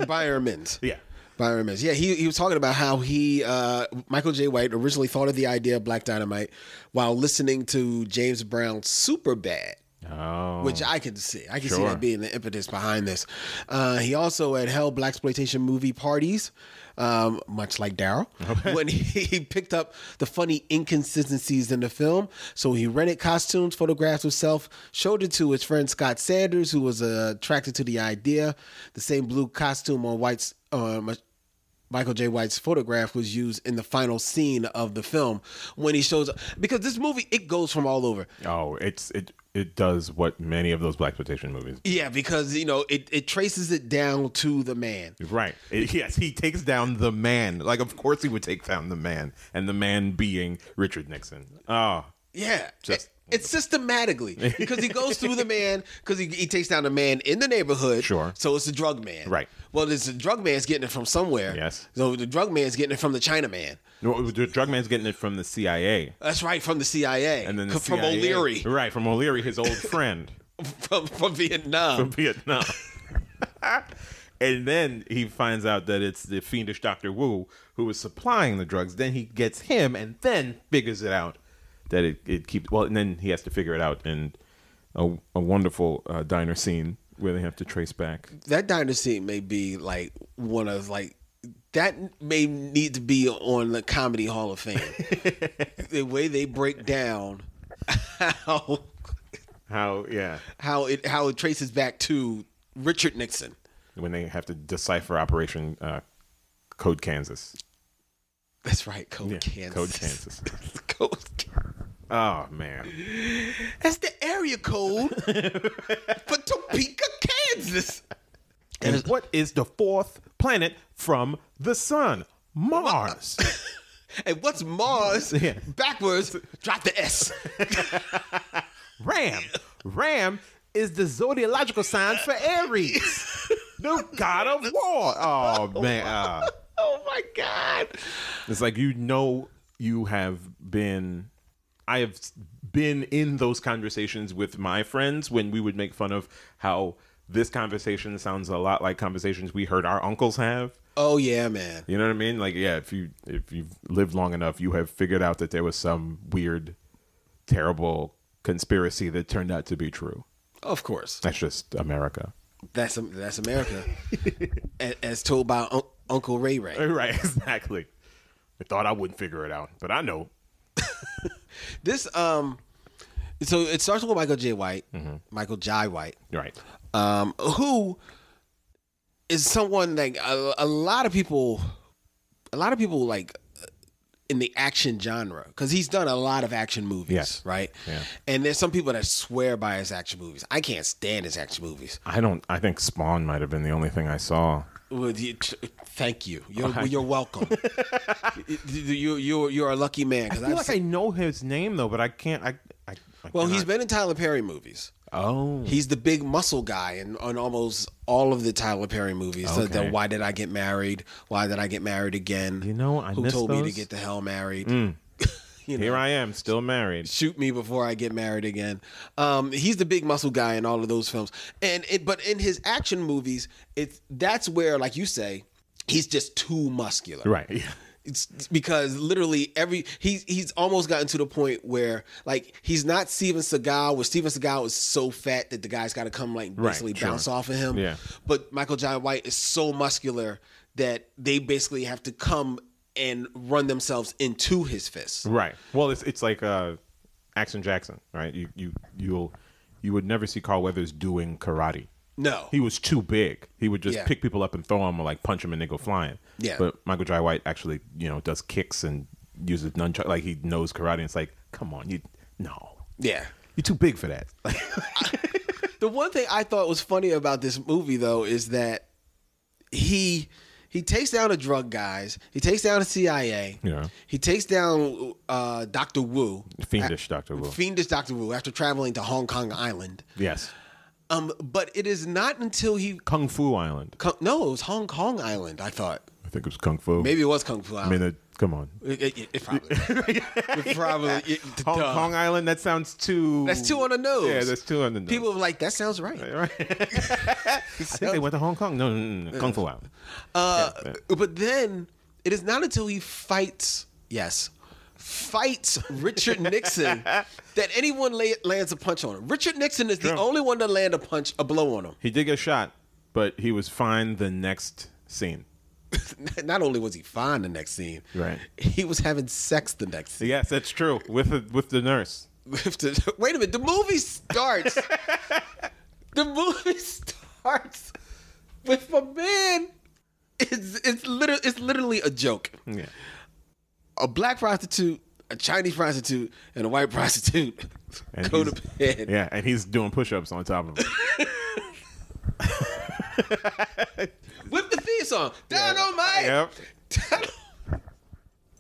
A: Byron Mins.
B: yeah.
A: Byron Mins. Yeah, he, he was talking about how he, uh, Michael J. White, originally thought of the idea of Black Dynamite while listening to James Brown's Superbad
B: Oh.
A: which I could see. I could see
B: Sure.
A: that being the impetus behind this. Uh, he also had held black exploitation movie parties, um, much like Daryl, when he, he picked up the funny inconsistencies in the film. So he rented costumes, photographed himself, showed it to his friend Scott Sanders, who was uh, attracted to the idea. The same blue costume on White's. Uh, Michael J. White's photograph was used in the final scene of the film when he shows up because this movie it goes from all over.
B: Oh, it's it it does what many of those black exploitation movies.
A: Yeah, because you know it, it traces it down to the man.
B: Right. It- yes, he takes down the man. Like of course he would take down the man, and the man being Richard Nixon. Oh,
A: Yeah, It-
B: Just-
A: it's systematically because he goes through the man because he, he takes down the man in the neighborhood.
B: Sure.
A: So it's the drug man.
B: Right.
A: Well, this the drug man's getting it from somewhere.
B: Yes.
A: So the drug man's getting it from the Chinaman.
B: no, the drug man's getting it from the CIA,
A: That's right, from the CIA.
B: and then the
A: C- from
B: CIA
A: O'Leary
B: Right, from O'Leary, his old friend
A: from from Vietnam.
B: from Vietnam. and then he finds out that it's the fiendish Doctor Wu who is supplying the drugs. Then he gets him, and then figures it out that it it keeps well. And then he has to figure it out in a, a wonderful uh, diner scene where they have to trace back.
A: that dynasty may be like one of like that may need to be on the comedy hall of fame the way they break down how
B: How? Yeah.
A: how it how it traces back to richard nixon
B: when they have to decipher Operation uh, Code Kansas.
A: that's right code
B: Yeah,
A: kansas
B: Code Kansas.
A: Code Kan-
B: Oh man,
A: that's the area code for topeka kansas
B: and what is the fourth planet from the sun? Mars.
A: and what's mars
B: Yeah.
A: backwards drop the s
B: Ram. Ram is the zodiacal sign for Aries, the god of war. Oh man, Ah.
A: oh my god
B: it's like you know you have been. I have been in those conversations with my friends when we would make fun of how this conversation sounds a lot like conversations we heard our uncles have.
A: oh yeah man
B: You know what I mean? Like, yeah, if you if you've lived long enough, you have figured out that there was some weird, terrible conspiracy that turned out to be true.
A: of course
B: That's just America,
A: That's that's America, A- as told by un- Uncle Ray Ray.
B: right? Exactly. I thought I wouldn't figure it out, but I know.
A: This um, so it starts with Michael J. White,
B: Mm-hmm.
A: Michael J. White,
B: Right.
A: um, who is someone like a, a lot of people, a lot of people like in the action genre because he's done a lot of action movies,
B: Yes.
A: right?
B: Yeah.
A: And there's some people that swear by his action movies. I can't stand his action movies.
B: I don't. I think Spawn might have been the only thing I saw.
A: Well, you, t- thank you. You're, you're welcome. you, you, you're a lucky man. 'cause
B: I feel
A: I've
B: like
A: seen-
B: I know his name though, but I can't. I. I, I
A: Well, he's
B: cannot-
A: been in Tyler Perry movies.
B: Oh.
A: He's the big muscle guy in on almost all of the Tyler Perry movies. The- the
B: Okay.
A: Why did I get married? Why did I get married again?
B: You know, I
A: who
B: miss
A: told me
B: those. Mm.
A: to get the hell married? you know,
B: Here I am, still married.
A: shoot me before I get married again. Um, he's the big muscle guy in all of those films. And it, but in his action movies, it's that's where, like you say, he's just too muscular.
B: Right.
A: It's because literally every he's he's almost gotten to the point where like he's not Steven Seagal, where Steven Seagal is so fat that the guy's got to come like
B: Right,
A: basically
B: sure.
A: bounce off of him.
B: Yeah.
A: But Michael John White is so muscular that they basically have to come and run themselves into his fist.
B: Right. Well, it's it's like uh, Action Jackson, right? You you you'll you would never see Carl Weathers doing karate.
A: No.
B: He was too big. He would just
A: Yeah.
B: pick people up and throw them, or like punch them and they go flying.
A: Yeah.
B: But Michael Jai White actually, you know, does kicks and uses nunchuck. Like he knows karate. And it's like, come on, you no,
A: yeah.
B: you're too big for that.
A: The one thing I thought was funny about this movie though is that he he takes down the drug guys, he takes down the CIA,
B: Yeah.
A: he takes down uh, Doctor Wu,
B: Fiendish Doctor Wu.
A: Fiendish Doctor Wu, after traveling to Hong Kong Island.
B: yes.
A: Um, but it is not until he
B: Kung Fu Island.
A: co- no, it was Hong Kong Island. I thought
B: I think it was Kung Fu.
A: maybe it was Kung Fu
B: I
A: Island.
B: mean, it, come on.
A: it, it- it probably, it probably it-
B: Hong
A: duh.
B: Kong Island. That sounds too.
A: That's two on the nose.
B: Yeah, that's two on the nose.
A: People were like, that sounds right.
B: I think they went to Hong Kong. No, no, no, no. Kung Fu Island.
A: Uh, but then it is not until he fights, yes, fights Richard Nixon that anyone la- lands a punch on him. Richard Nixon is the
B: True.
A: only one to land a punch, a blow on him.
B: He did get shot, but he was fine the next scene.
A: Not only was he fine the next scene,
B: Right.
A: He was having sex the next scene.
B: Yes, that's true. With the, with the nurse.
A: With the- Wait a minute, the movie starts. the movie starts with a man. It's it's literally it's literally a joke.
B: Yeah.
A: a black prostitute, a Chinese prostitute, and a white prostitute
B: And
A: go to
B: he's-
A: bed.
B: Yeah, and he's doing push-ups on top of him.
A: With the theme song. Down on my
B: yep.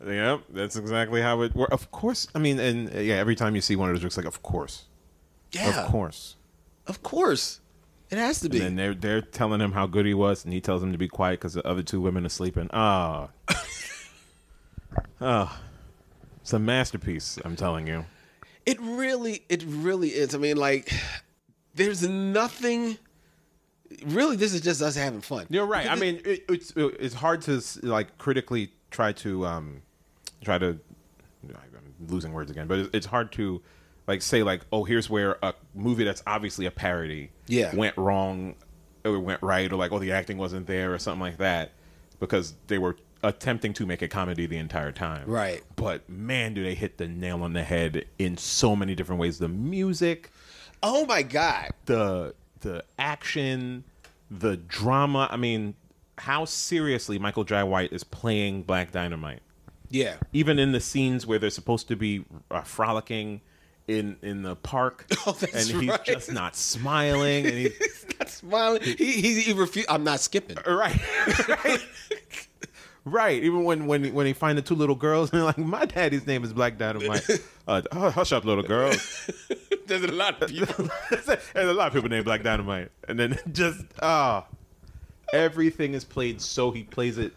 B: Yep, that's exactly how it works. Of course, I mean, and uh, yeah, every time you see one of those, it's like, of course,
A: Yeah.
B: of course.
A: Of course. It has to be.
B: And then they're they're telling him how good he was, and he tells him to be quiet because the other two women are sleeping. Ah, oh. it's a masterpiece. I'm telling you.
A: it really, it really is. I mean, like, there's nothing really this is just us having fun.
B: You're right. I mean, it, it's uh, it's hard to s- like critically try to um try to I'm losing words again, but it's- it's hard to like say like oh here's where a movie that's obviously a parody
A: Yeah.
B: went wrong or went right or like oh the acting wasn't there or something like that because they were attempting to make a comedy the entire time.
A: Right.
B: But man, do they hit the nail on the head in so many different ways. The music,
A: Oh my God.
B: the the action, the drama. I mean, how seriously Michael Jai White is playing Black Dynamite,
A: Yeah.
B: even in the scenes where they're supposed to be uh, frolicking in in the park,
A: Oh, that's
B: and he's
A: right.
B: just not smiling, and he's
A: Not smiling. He he, he refused I'm not skipping.
B: right. right. Right, even when when when they find the two little girls, and they're like, "My daddy's name is Black Dynamite." Uh, "Oh, hush up, little girl.
A: There's a lot of people.
B: There's a lot of people named Black Dynamite, and then just ah, everything is played so he plays it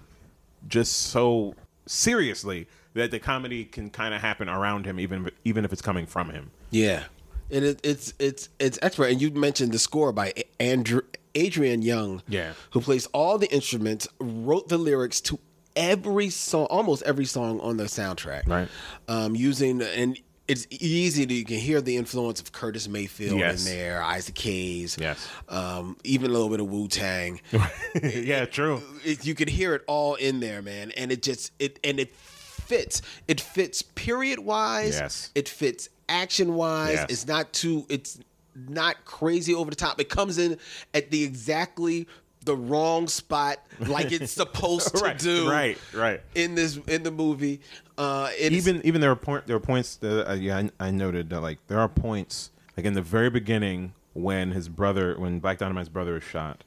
B: just so seriously that the comedy can kind of happen around him, even even if it's coming from him.
A: Yeah, and it, it's it's it's expert. And you mentioned the score by A- Andrew Adrian Young,
B: Yeah.
A: who plays all the instruments, wrote the lyrics to every song, almost every song on the soundtrack,
B: Right.
A: Um, using and. It's easy to you can hear the influence of Curtis Mayfield
B: Yes.
A: in there, Isaac Hayes,
B: Yes.
A: um, even a little bit of Wu Tang.
B: yeah, true.
A: It, you could hear it all in there, man, and it just it and it fits. It fits period wise.
B: Yes.
A: It fits action wise.
B: Yes.
A: It's not too. It's not crazy over the top. It comes in at the exactly the wrong spot, like it's supposed
B: Right,
A: to do.
B: right, right.
A: In this in the movie, uh, it's,
B: even even there are point there are points that uh, yeah I, I noted that like there are points like in the very beginning when his brother when Black Dynamite's brother is shot.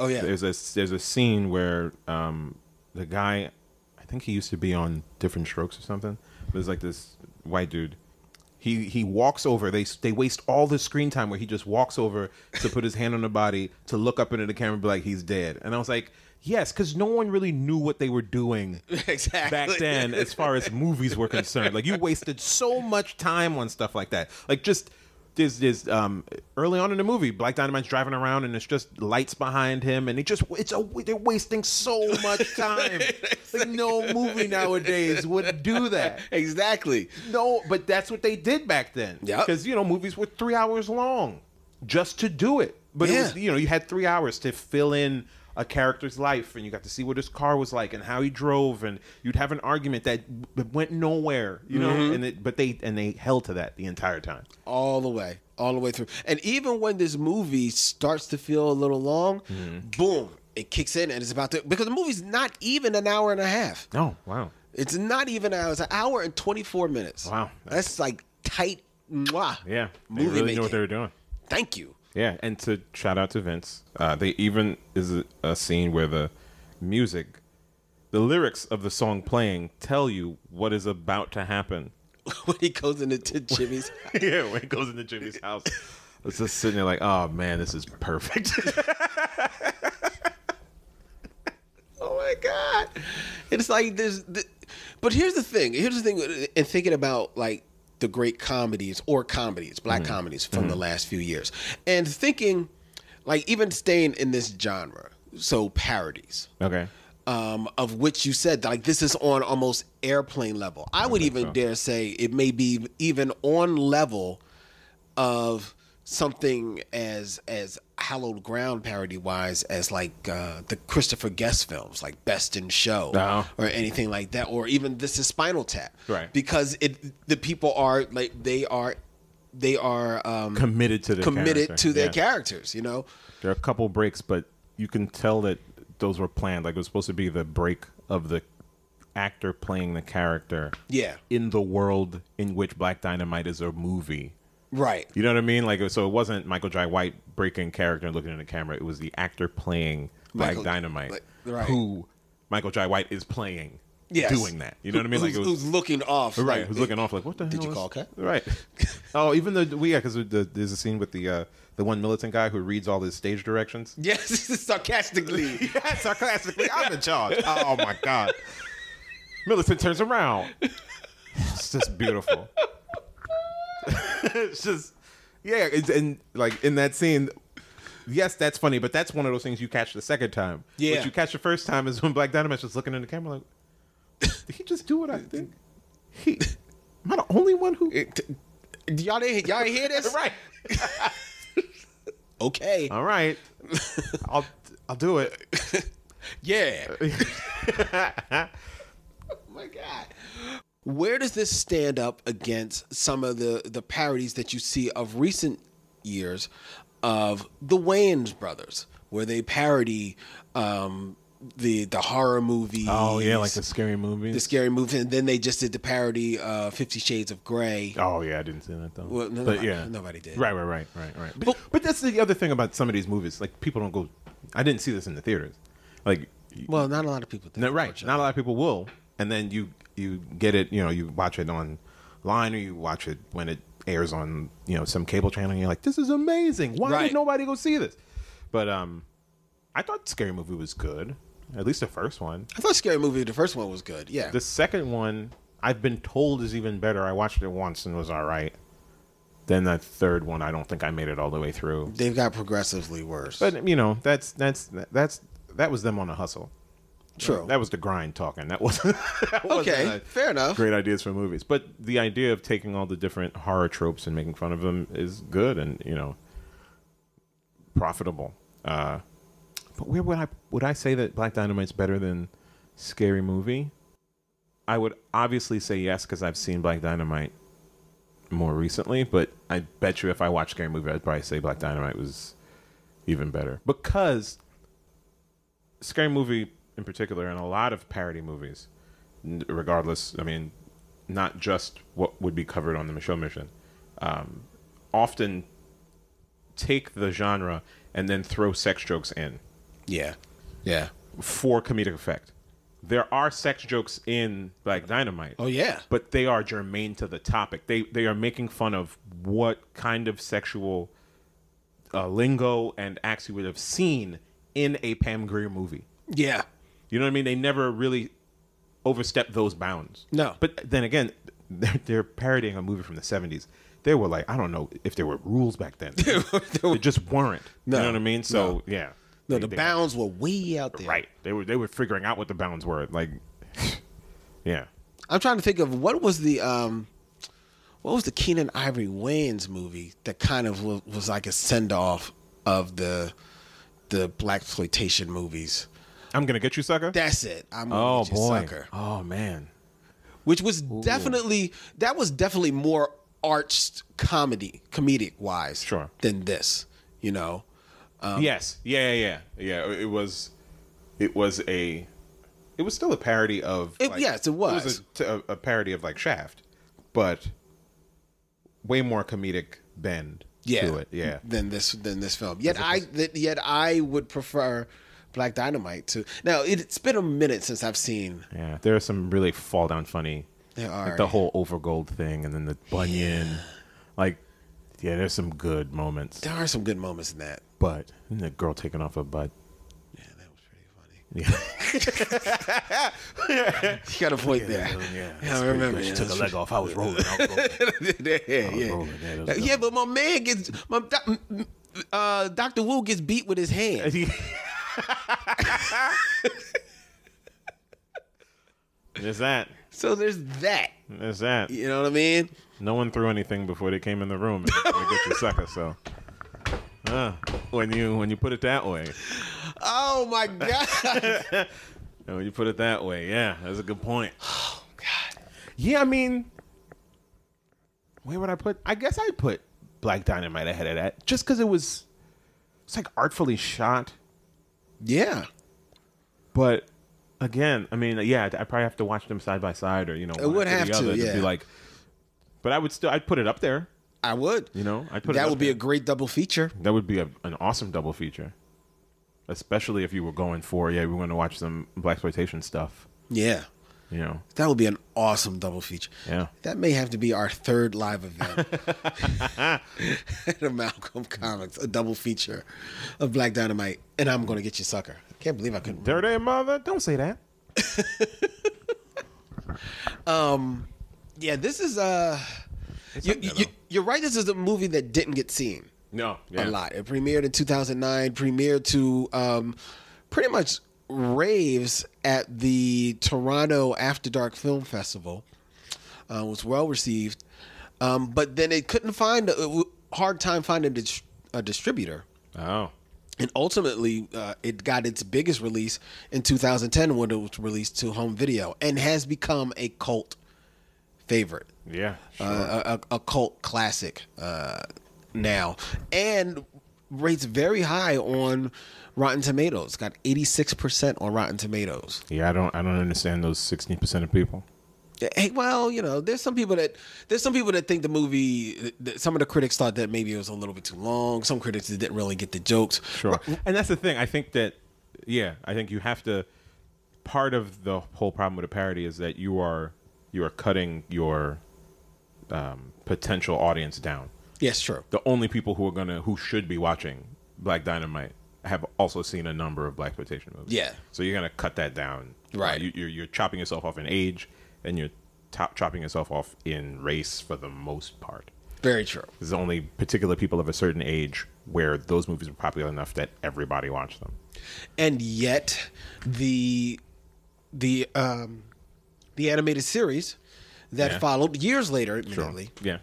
A: oh yeah,
B: There's a there's a scene where um, the guy, I think he used to be on Different Strokes or something. But it's like this white dude. He he walks over. They they waste all the screen time where he just walks over to put his hand on the body to look up into the camera and be like he's dead. And I was like, yes, because no one really knew what they were doing
A: Exactly.
B: back then as far as movies were concerned. Like you wasted so much time on stuff like that. Like just there's there's um early on in the movie, Black Dynamite's driving around and it's just lights behind him and it just it's a they're wasting so much time. like no movie nowadays would do that.
A: exactly.
B: No, but that's what they did back then.
A: Yep.
B: Because you know movies were three hours long, just to do it. But it was
A: Yeah.
B: you know you had three hours to fill in a character's life, and you got to see what his car was like and how he drove, and you'd have an argument that w- went nowhere. You know,
A: Mm-hmm.
B: and it, but they and they held to that the entire time.
A: all the way, all the way through. And even when this movie starts to feel a little long,
B: Mm-hmm.
A: boom, it kicks in and it's about to because the movie's not even an hour and a half.
B: Oh wow,
A: It's not even an hour. It's an hour and twenty four minutes.
B: Wow.
A: that's like tight. Mwah,
B: yeah, they
A: movie
B: really
A: making.
B: knew what they were doing.
A: Thank you.
B: Yeah, and to shout out to Vince, uh, they even is a, a scene where the music, the lyrics of the song playing, tell you what is about to happen.
A: when he goes into Jimmy's,
B: yeah, when it goes into Jimmy's house, it's just sitting there like, oh man, this is perfect.
A: oh my god! It's like there's. The, but here's the thing. Here's the thing. In thinking about like the great comedies or comedies, black
B: Mm-hmm.
A: comedies from the last few years, and thinking, like even staying in this genre, so parodies.
B: okay,
A: um, of which you said like this is on almost airplane level. I, would even dare say it may be even on level of something as as hallowed ground parody wise as like uh, the Christopher Guest films like Best in Show
B: Oh.
A: or anything like that, or even this is Spinal Tap,
B: Right.
A: Because it the people are like they are they are um,
B: Committed to their
A: committed
B: character,
A: to their
B: yeah.
A: characters, you know.
B: There are a couple breaks, but you can tell that those were planned. Like it was supposed to be the break of the actor playing the character.
A: Yeah.
B: In the world in which Black Dynamite is a movie.
A: Right.
B: You know what I mean? Like so, it wasn't Michael Jai White breaking character and looking in the camera. It was the actor playing Black
A: Michael-
B: Dynamite,
A: like, right.
B: who Michael Jai White is playing,
A: Yes.
B: doing that. You know what I mean? Like
A: Who's,
B: it was,
A: who's looking off?
B: Right,
A: like,
B: who's looking off like what the hell?
A: you
B: is-
A: call cut?
B: Right. oh, even though we yeah, because the, there's a scene with the uh, the one militant guy who reads all his stage directions.
A: Yes, sarcastically.
B: Yeah, sarcastically, I'm in charge. Oh my god. Militant turns around. It's just beautiful. it's just yeah, it's, and like in that scene. Yes, that's funny, but that's one of those things you catch the second time.
A: Yeah.
B: what you catch the first time is when Black Dynamite's just looking in the camera like, "Did he just do what I think? He, am I the only one who?
A: y'all didn't y'all didn't hear this? Uh,
B: right.
A: Okay.
B: All right. I'll I'll do it.
A: Yeah. oh my god. Where does this stand up against some of the the parodies that you see of recent years of the Wayans brothers, where they parody um, the the horror movies?
B: scary movie.
A: Oh, the scary movie, and then they just did the parody uh, Fifty Shades of Grey.
B: Oh yeah, I didn't see that though.
A: Well, no,
B: but
A: nobody-
B: yeah,
A: nobody did.
B: Right, right, right, right, right. But,
A: But-
B: but that's the other thing about some of these movies. Like people don't go. I didn't see this in the theaters. Like,
A: Well, not a lot of people. Did,
B: no, right? Not a lot of people will. And then you you get it. You know, you watch it online or you watch it when it airs on you know some cable channel. and You're like, this is amazing. Why
A: Right.
B: did nobody go see this? But um, I thought Scary Movie was good. At least the first one.
A: I thought Scary Movie the first one was good. Yeah,
B: The second one, I've been told is even better. I watched it once and was all right. Then that third one, I don't think I made it all the way through.
A: they've got progressively worse.
B: But you know, that's that's that's that was them on a hustle.
A: True.
B: That was the grind talking. That wasn't that wasn't
A: okay,
B: a-
A: fair enough.
B: Great ideas for movies, but the idea of taking all the different horror tropes and making fun of them is good and you know profitable. Uh, but where would I would I say that Black Dynamite's better than Scary Movie? I would obviously say yes because I've seen Black Dynamite more recently, but I bet you if I watched Scary Movie, I'd probably say Black Dynamite was even better because Scary Movie in particular and a lot of parody movies, n- regardless, I mean, not just what would be covered on the Michelle Mission, um, often take the genre and then throw sex jokes in
A: Yeah, yeah.
B: for comedic effect. There are sex jokes in Black Dynamite.
A: Oh, yeah.
B: But they are germane to the topic. They they are making fun of what kind of sexual uh, lingo and acts you would have seen in a Pam Grier movie.
A: Yeah.
B: You know what I mean? They never really overstepped those bounds.
A: No.
B: But then again, they're, they're parodying a movie from the 70s. There were like, I don't know if there were rules back then. there, just weren't.
A: No.
B: You know what I mean? So, yeah.
A: No,
B: They-
A: the
B: they-
A: bounds were way out there.
B: Right. They were they were figuring out what the bounds were. Like Yeah.
A: I'm trying to think of what was the um, what was the Keenan Ivory Wayans movie that kind of was, was like a send off of the the black exploitation movies.
B: I'm gonna get you, sucker.
A: That's it. I'm a
B: oh
A: Witch's
B: boy.
A: sucker.
B: Oh man.
A: which was definitely that was definitely more arched comedy comedic wise
B: Sure.
A: than this you know
B: yes. Yeah, yeah, yeah. Yeah. It was it was a it was still a parody of
A: It- yes, it was.
B: It was a t- a, a parody of like Shaft, but way more comedic bend
A: yeah
B: to it. Yeah.
A: than this than this film yet i that yet i would prefer black dynamite to now it, it's been a minute since i've seen
B: Yeah. There are some really fall down funny
A: There
B: like
A: are.
B: the whole overgold thing and then the bunion. Like yeah, there's some good moments.
A: there are some good moments in that
B: But and the girl taking off a butt.
A: yeah that was pretty funny
B: Yeah.
A: you got a point there
B: Yeah,
A: yeah i remember yeah,
B: She took a
A: that's
B: leg off. I was rolling. I was rolling.
A: pretty- yeah, yeah.
B: rolling. Yeah, that was
A: yeah but my man gets my uh dr wu gets beat with his hand
B: There's that.
A: So there's that.
B: There's that.
A: You know what I mean?
B: No one threw anything before they came in the room. They get you sucker. So uh, when you when you put it that way,
A: Oh my god.
B: and when you put it that way, yeah, that's a good point. Oh God. Yeah, I mean, where would I put? I guess I'd put Black Dynamite ahead of that, just because it was it's like artfully shot.
A: yeah.
B: But again, I mean, yeah, I probably have to watch them side by side, or you know, one
A: would
B: after
A: have
B: the
A: to,
B: other
A: yeah.
B: be like. But I would still, I'd put it up there.
A: I would.
B: You know, I'd put it
A: that
B: up
A: would be
B: there.
A: a great double feature.
B: That would be a, an awesome double feature, especially if you were going for yeah, we want to watch some black exploitation stuff.
A: Yeah.
B: You know,
A: That would be an awesome double feature.
B: Yeah.
A: That may have to be our third live event at a Malcolm Comics, a double feature of Black Dynamite and I'm going to get you sucker. I can't believe I couldn't.
B: dirty mother, don't say that.
A: Yeah, this is uh you,
B: up there,
A: you,
B: though.
A: you're right this is a movie that didn't get seen.
B: No,
A: a lot. It premiered in 2009, premiered to um, pretty much raves at the Toronto After Dark Film Festival. Uh, was well received, um, but then it couldn't find a, it w- hard time finding dis- a distributor.
B: Oh,
A: And ultimately, uh, it got its biggest release in 2010 when it was released to home video and has become a cult favorite
B: yeah, sure.
A: a, a, a cult classic uh, now, and rates very high on Rotten Tomatoes. Got eighty six percent on Rotten Tomatoes.
B: yeah. I don't, I don't understand those sixteen percent of people.
A: Hey, well, you know, there's some people that there's some people that think the movie. That some of the critics thought that maybe it was a little bit too long. Some critics that didn't really get the jokes.
B: Sure, and that's the thing. I think that, yeah, I think you have to. Part of the whole problem with a parody is that you are you are cutting your um, potential audience down.
A: Yes, true.
B: the only people who are gonna who should be watching Black Dynamite have also seen a number of black exploitation movies.
A: Yeah.
B: So you're gonna cut that down.
A: Right.
B: Uh, you, you're you're chopping yourself off in age, and you're top chopping yourself off in race for the most part.
A: Very true.
B: There's only particular people of a certain age where those movies were popular enough that everybody watched them.
A: and yet the the um the animated series that
B: Yeah.
A: followed years later admittedly
B: Yeah.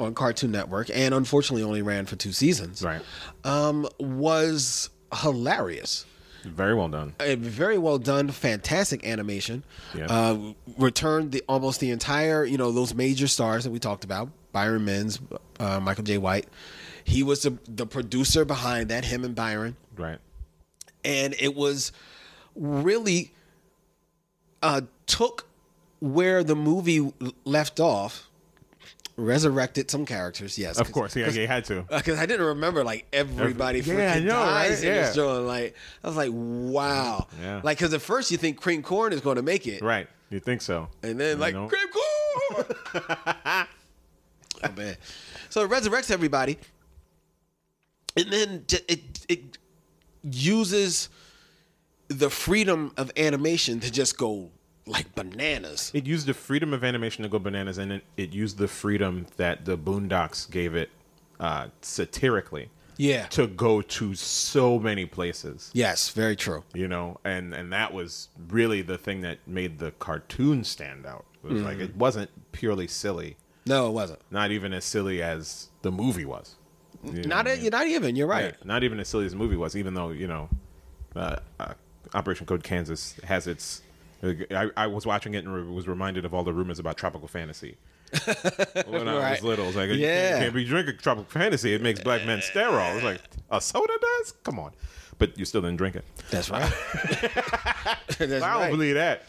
A: on Cartoon Network and unfortunately only ran for two seasons
B: Right.
A: um was hilarious
B: Very well done.
A: a very well done, fantastic animation.
B: Yeah.
A: Uh, returned the almost the entire, you know, those major stars that we talked about, Byron Menz, uh, Michael J. White. He was the, the producer behind that, him and Byron
B: Right.
A: and it was really uh, took where the movie left off, resurrected some characters. Yes,
B: Of course. Yeah. You had to.
A: Because I didn't remember like everybody
B: Every- Yeah, I
A: freaking
B: know,
A: dies
B: right?
A: in
B: Yeah.
A: this joint. Like I was like, wow.
B: Yeah.
A: Like because at first you think cream corn is going to make it,
B: Right. You think so?
A: and then like
B: nope.
A: cream corn. oh man! So it resurrects everybody, and then j- it it uses the freedom of animation to just go like bananas.
B: It used the freedom of animation to go bananas, and it, it used the freedom that the Boondocks gave it uh, satirically
A: Yeah.
B: to go to so many places.
A: Yes, very true.
B: You know, and and that was really the thing that made the cartoon stand out. It was like it wasn't purely silly,
A: No, it wasn't.
B: not even as silly as the movie was. You know
A: Not
B: what I
A: a,
B: mean?
A: you're not even. You're right.
B: Yeah, not even as silly as the movie was, even though you know, uh, uh, Operation Code Kansas has its. I, I was watching it and re- was reminded of all the rumors about tropical fantasy. when I was
A: Right.
B: little, it's like you
A: Yeah.
B: can't, can't be drinking tropical fantasy. It makes black men sterile. It's like a soda does. Come on, but you still didn't drink it.
A: That's right. That's
B: I don't
A: right.
B: believe that.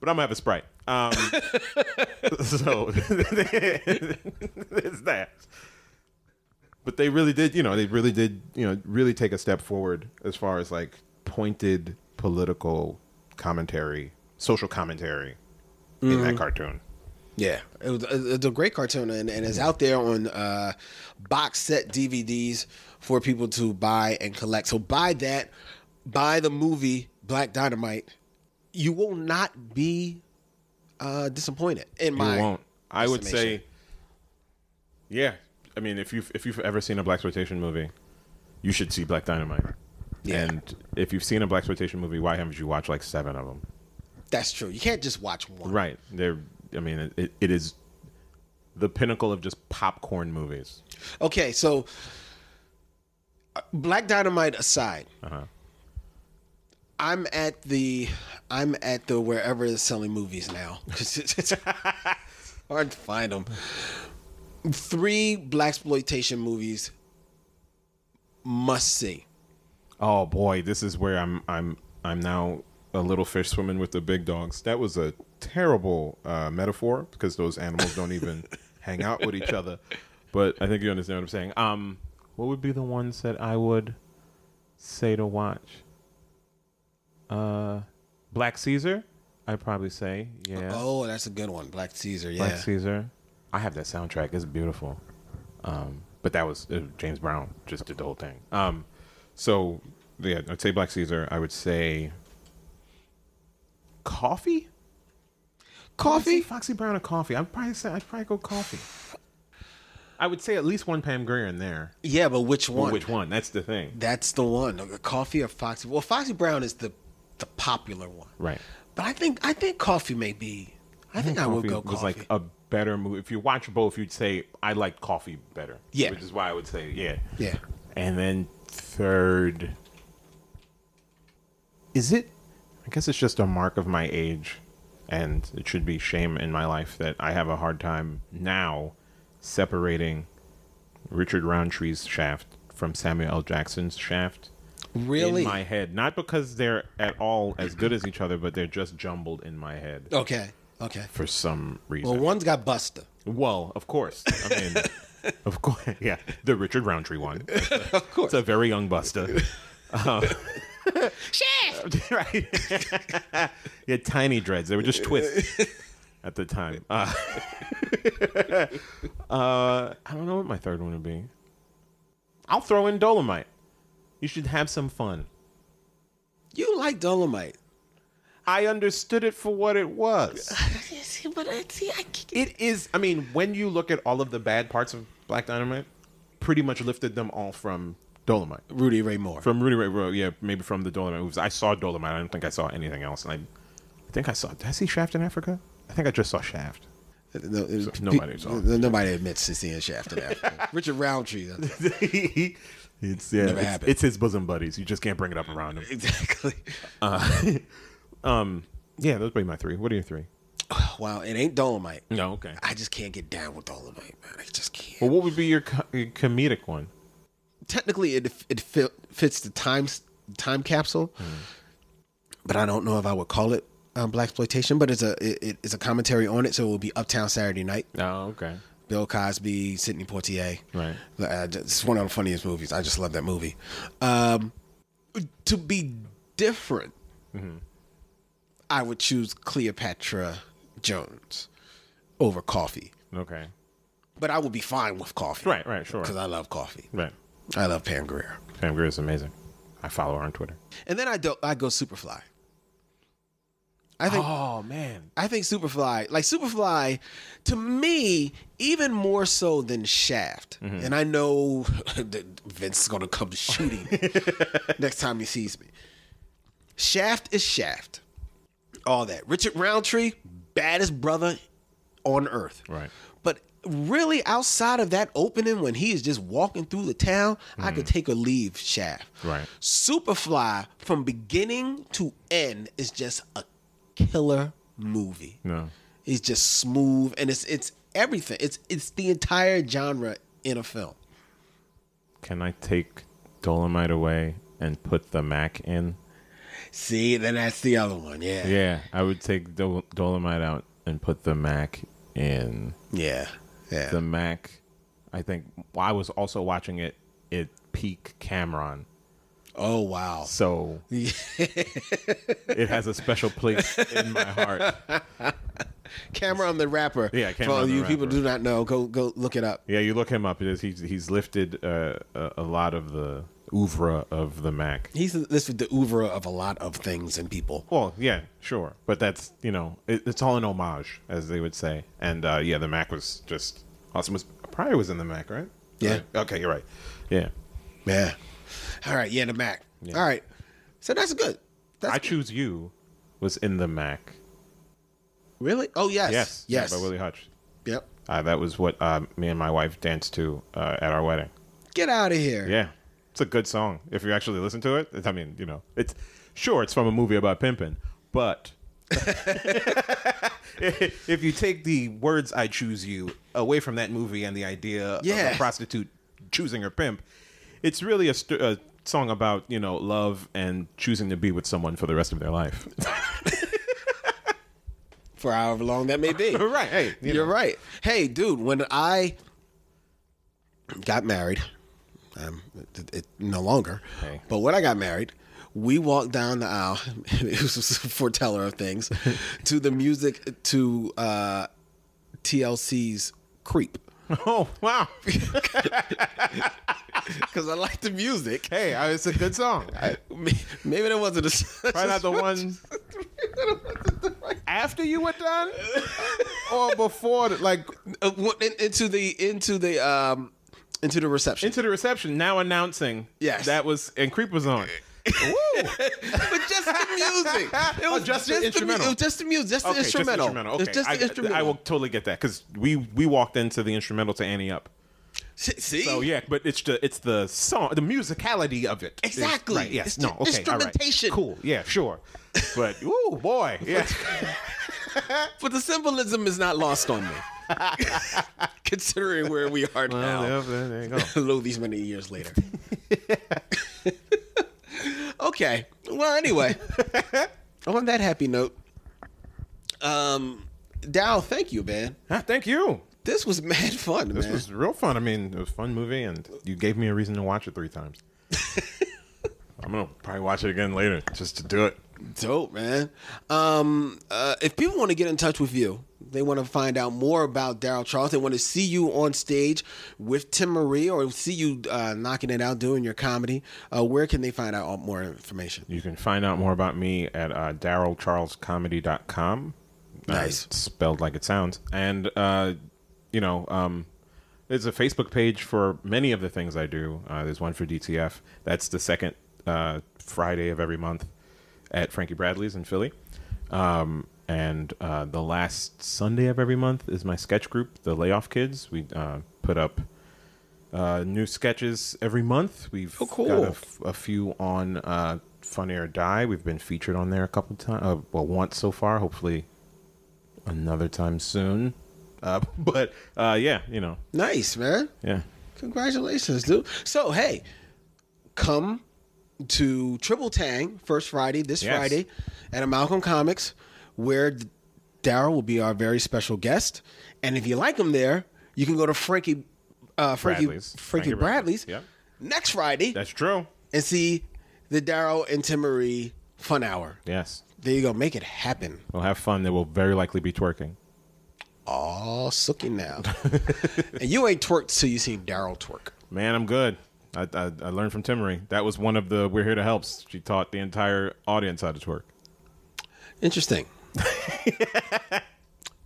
B: But I'm gonna have a sprite. Um, so it's that. But they really did, you know, they really did, you know, really take a step forward as far as like pointed political commentary, social commentary in
A: Mm-hmm.
B: that cartoon.
A: Yeah, it was, it's a great cartoon, and, and it's out there on uh, box set DVDs for people to buy and collect. So buy that, buy the movie Black Dynamite. You will not be uh, disappointed. In
B: You
A: my,
B: won't. I would say,
A: estimation.
B: yeah. I mean, if you've if you've ever seen a black exploitation movie, you should see Black Dynamite.
A: Yeah.
B: And if you've seen a black exploitation movie, why haven't you watched like seven of them?
A: That's true. You can't just watch one.
B: Right. They're. I mean, it, it is the pinnacle of just popcorn movies.
A: Okay, so uh, Black Dynamite aside,
B: Uh-huh.
A: I'm at the I'm at the wherever is selling movies now. 'Cause it's- it's hard to find them. Three black exploitation movies must see.
B: Oh boy, this is where I'm. I'm. I'm now a little fish swimming with the big dogs. That was a terrible uh, metaphor because those animals don't even hang out with each other. But I think you understand what I'm saying. Um, what would be the ones that I would say to watch? Uh, Black Caesar. I'd probably say yeah.
A: Oh, that's a good one. Black Caesar. Yeah.
B: Black Caesar. I have that soundtrack. It's beautiful. Um, but that was uh, James Brown just did the whole thing. Um, so yeah, I'd say Black Caesar. I would say coffee. Coffee. Foxy Brown or coffee. I'd probably say I'd probably go coffee. I would say at least one Pam Grier in there.
A: Yeah, but which
B: Or
A: one?
B: Which one? That's the thing.
A: That's the one. Coffee or Foxy? Well, Foxy Brown is the the popular one.
B: Right.
A: But I think I think Coffee may be. I, think, I would go Coffee.
B: was like a better movie. If you watch both, you'd say I like coffee better.
A: Yeah.
B: which is why I would say yeah.
A: yeah.
B: And then third, is it? I guess it's just a mark of my age, and it should be shame in my life that I have a hard time now separating Richard Roundtree's Shaft from Samuel L. Jackson's Shaft
A: Really?
B: in my head. Not because they're at all as good as each other, but they're just jumbled in my head
A: okay. Okay.
B: for some reason.
A: Oh. Well, one's got Buster.
B: Well, of course. I mean, of course. Yeah, the Richard Roundtree one. of course. It's a very young Buster. Um, right. he had tiny dreads. They were just twists at the time. Uh, uh, I don't know what my third one would be. I'll throw in Dolomite. You should have some fun.
A: You like Dolomite.
B: I understood it for what it was.
A: See, but I see, I can't.
B: It is. I mean, when you look at all of the bad parts of Black Dynamite, pretty much lifted them all from Dolomite,
A: Rudy Ray Moore.
B: from Rudy Ray Rowe. Yeah, maybe from the Dolomite movies. I saw Dolomite. I don't think I saw anything else. And I, I think I saw. Did I see Shaft in Africa? I think I just saw Shaft.
A: No, it-
B: nobody
A: pe-
B: saw it.
A: Nobody admits to seeing Shaft in Africa. Richard Roundtree. though.
B: it's yeah. It's,
A: happened.
B: it's his bosom buddies. You just can't bring it up around him. Uh, um,
A: Exactly.
B: Yeah, those would be my three. What are your three?
A: Wow, it ain't Dolomite.
B: No, okay.
A: I just can't get down with Dolomite, man. I just can't.
B: Well, what would be your, co- your comedic one?
A: technically it it fit, fits the time time capsule,
B: Hmm.
A: but I don't know if I would call it um, black exploitation. But it's a it, it's a commentary on it, so it will be Uptown Saturday Night.
B: Oh, okay.
A: Bill Cosby, Sidney Poitier.
B: Right.
A: Uh, just- It's one of the funniest movies. I just love that movie. Um, to be different,
B: Mm-hmm.
A: I would choose Cleopatra Jones over Coffee,
B: Okay.
A: but I would be fine with Coffee.
B: Right, right, sure.
A: Because I love Coffee.
B: Right.
A: I love Pam Grier.
B: Pam Grier is amazing. I follow her on Twitter.
A: And then I do I go Superfly. I think
B: Oh man,
A: I think Superfly, like Superfly, to me, even more so than Shaft.
B: Mm-hmm.
A: And I know that Vince is gonna come shooting me next time he sees me. Shaft is Shaft. All that. Richard Roundtree, baddest brother on earth.
B: Right.
A: But really, outside of that opening, when he is just walking through the town, I could take or leave Shaft.
B: Mm-hmm. Right.
A: Superfly, from beginning to end, is just a killer movie.
B: No.
A: It's just smooth, and it's it's everything. It's it's the entire genre in a film.
B: Can I take Dolomite away and put the Mac in?
A: See, then that's the other one. Yeah.
B: Yeah, I would take Dol- Dolomite out and put the Mac in.
A: Yeah. Yeah.
B: The Mac, I think well, I was also watching it at peak Cameron,
A: oh wow.
B: so it has a special place in my heart.
A: Cameron the rapper.
B: Yeah,
A: For all
B: Cameron the
A: you people
B: rapper.
A: do not know, go go look it up.
B: Yeah, you look him up. It is, he's he's lifted uh, a, a lot of the oeuvre of the Mac.
A: He's this is the oeuvre of a lot of things and people.
B: Well, yeah, sure, but that's you know, it, it's all an homage, as they would say. And uh, yeah, the Mac was just awesome. Was Pryor was in the Mac, right?
A: Yeah.
B: Right. Okay, you're right. Yeah,
A: Yeah. All right. Yeah, the Mac. All right. So that's good. That's
B: I choose you was in the Mac.
A: Really? Oh yes.
B: Yes. yeah,
A: Yes.
B: by Willie Hutch.
A: Yep.
B: Uh, that was what uh, me and my wife danced to uh, at our wedding.
A: Get out of here.
B: Yeah, it's a good song. If you actually listen to it, it's- I mean, you know, it's sure it's from a movie about pimping, but
C: if you take the words "I choose you" away from that movie and the idea of
A: Yeah.
C: a prostitute choosing her pimp,
B: it's really a, st- a song about you know love and choosing to be with someone for the rest of their life.
A: For however long that may be.
B: right? Hey, you
A: You're
B: know.
A: right. Hey, dude, when I got married, um, it, it- no longer,
B: Hey.
A: but when I got married, we walked down the aisle. it was a foreteller of things to the music to uh, TLC's "Creep"
B: Oh wow!
A: because I like the music.
B: Hey, I- it's a good song. I,
A: Maybe that wasn't a
B: probably not the one after you were done or before, the- like
A: Uh, w- in- into the into the um into the reception.
B: into the reception. Now announcing,
A: Yes.
B: that was and creep was on.
A: but just the music. It was
B: Oh, just the
A: mu-
B: instrumental.
A: it was just the music. Just the instrumental.
B: Just the instrumental. Okay,
A: It's just the
B: I,
A: instrumental.
B: I will totally get that because we we walked into the instrumental to Annie Up.
A: See?
B: So yeah, but it's the it's the song, the musicality of it. is-
A: Exactly.
B: right, yes.
A: It's
B: no.
A: the
B: Okay.
A: instrumentation.
B: All right. Cool. Yeah. Sure. But ooh, boy. Yeah.
A: But the symbolism is not lost on me. Considering where we are now.
B: Yeah, there you go.
A: Hello, these many years later. okay. Well, anyway, on that happy note, um, Dow, thank you, man.
B: Ah, Thank you.
A: This was mad fun,
B: This
A: man.
B: was real fun. I mean, it was a fun movie, and you gave me a reason to watch it three times. I'm gonna probably watch it again later just to do it.
A: Dope, man. Um, uh, if people want to get in touch with you, they want to find out more about Daryl Charles. They want to see you on stage with Tim Marie or see you uh, knocking it out, doing your comedy. Uh, where can they find out all- more information?
B: You can find out more about me at uh, darylcharlescomedy.com. Uh,
A: Nice.
B: it's spelled like it sounds. And, uh, you know, um, there's a Facebook page for many of the things I do. Uh, there's one for DTF. That's the second uh, Friday of every month at Frankie Bradley's in Philly. Um, and uh, the last Sunday of every month is my sketch group, the Layoff Kids. We uh, put up uh, new sketches every month. We've
A: cool.
B: got a, f- a few on uh, Fun Air Die. We've been featured on there a couple times. Uh, well, once so far. Hopefully, another time soon. Uh, but uh, yeah, you know,
A: Nice, man.
B: yeah.
A: Congratulations, dude. So, hey, come to Triple Tang first Friday, this
B: Yes.
A: Friday, at Malcolm Comics, where Daryl will be our very special guest. And if you like him there, you can go to Frankie, uh, Frankie,
B: Bradley's.
A: Frankie,
B: Frankie
A: Bradley's,
B: Bradley's, yep.
A: next Friday
B: That's true.
A: and see the Daryl and Tim Marie Fun Hour.
B: Yes,
A: There you go. Make it happen.
B: we'll have fun. There will very likely be twerking.
A: All sooky now. and you ain't twerked till you see Daryl twerk.
B: Man, I'm good. I, I, I learned from Timory. That was one of the We're Here to Helps. She taught the entire audience how to twerk.
A: Interesting.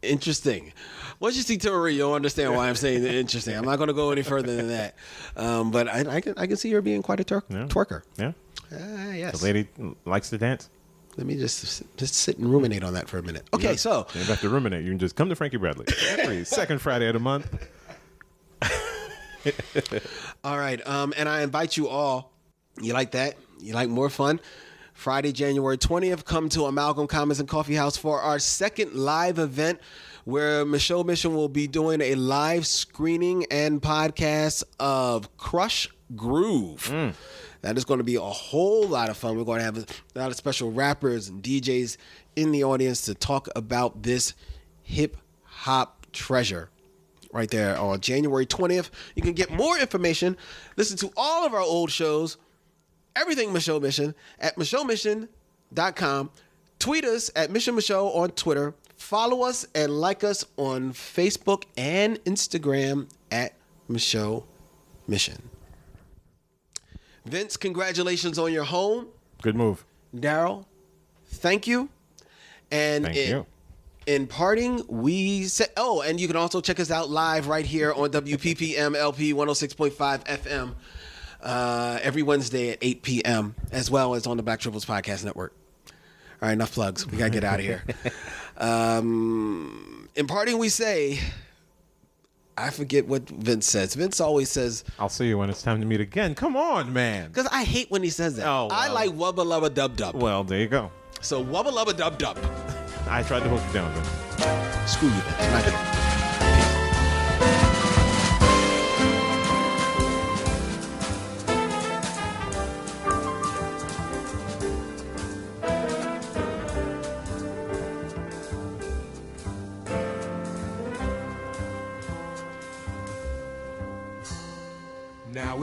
A: interesting. Once you see Tim Marie, you'll understand why I'm saying interesting. I'm not going to go any further than that. Um, but I, I can I can see her being quite a twer- twerker.
B: Yeah,
A: Ah, yes.
B: the lady likes to dance.
A: Let me just just sit and ruminate on that for a minute. Okay, so
B: You don't have to ruminate. You can just come to Frankie Bradley every second Friday of the month.
A: all right, um, and I invite you all. You like that? You like more fun? Friday, January 20th, come to Amalgam Commons and Coffee House for our second live event where Michelle Mission will be doing a live screening and podcast of Crush Groove. That is going to be a whole lot of fun. We're going to have a lot of special rappers and DJs in the audience to talk about this hip hop treasure right there on January 20th. You can get more information, listen to all of our old shows, everything Michelle Mission at michellemission.com. Tweet us at Mission Michelle on Twitter. Follow us and like us on Facebook and Instagram at Michelle Mission. Vince, congratulations on your home.
B: Good move.
A: Daryl, thank you. And
B: Thank
A: in,
B: you.
A: in parting, we said, oh, and you can also check us out live right here on WPPM LP 106.5 FM uh, every Wednesday at 8 p.m., as well as on the Black Tribbles Podcast Network. All right, enough plugs. We gotta get out of here. um, in parting, we say, I forget what Vince says. Vince always says
B: I'll see you when it's time to meet again. Come on, man.
A: because I hate when he says that.
B: Oh,
A: I
B: wow.
A: like wubba lubba dub dub.
B: Well, there you go.
A: So wubba lubba dub dub.
B: I tried to hook you down. Vince.
A: Screw you, Vince. Not you.
J: Now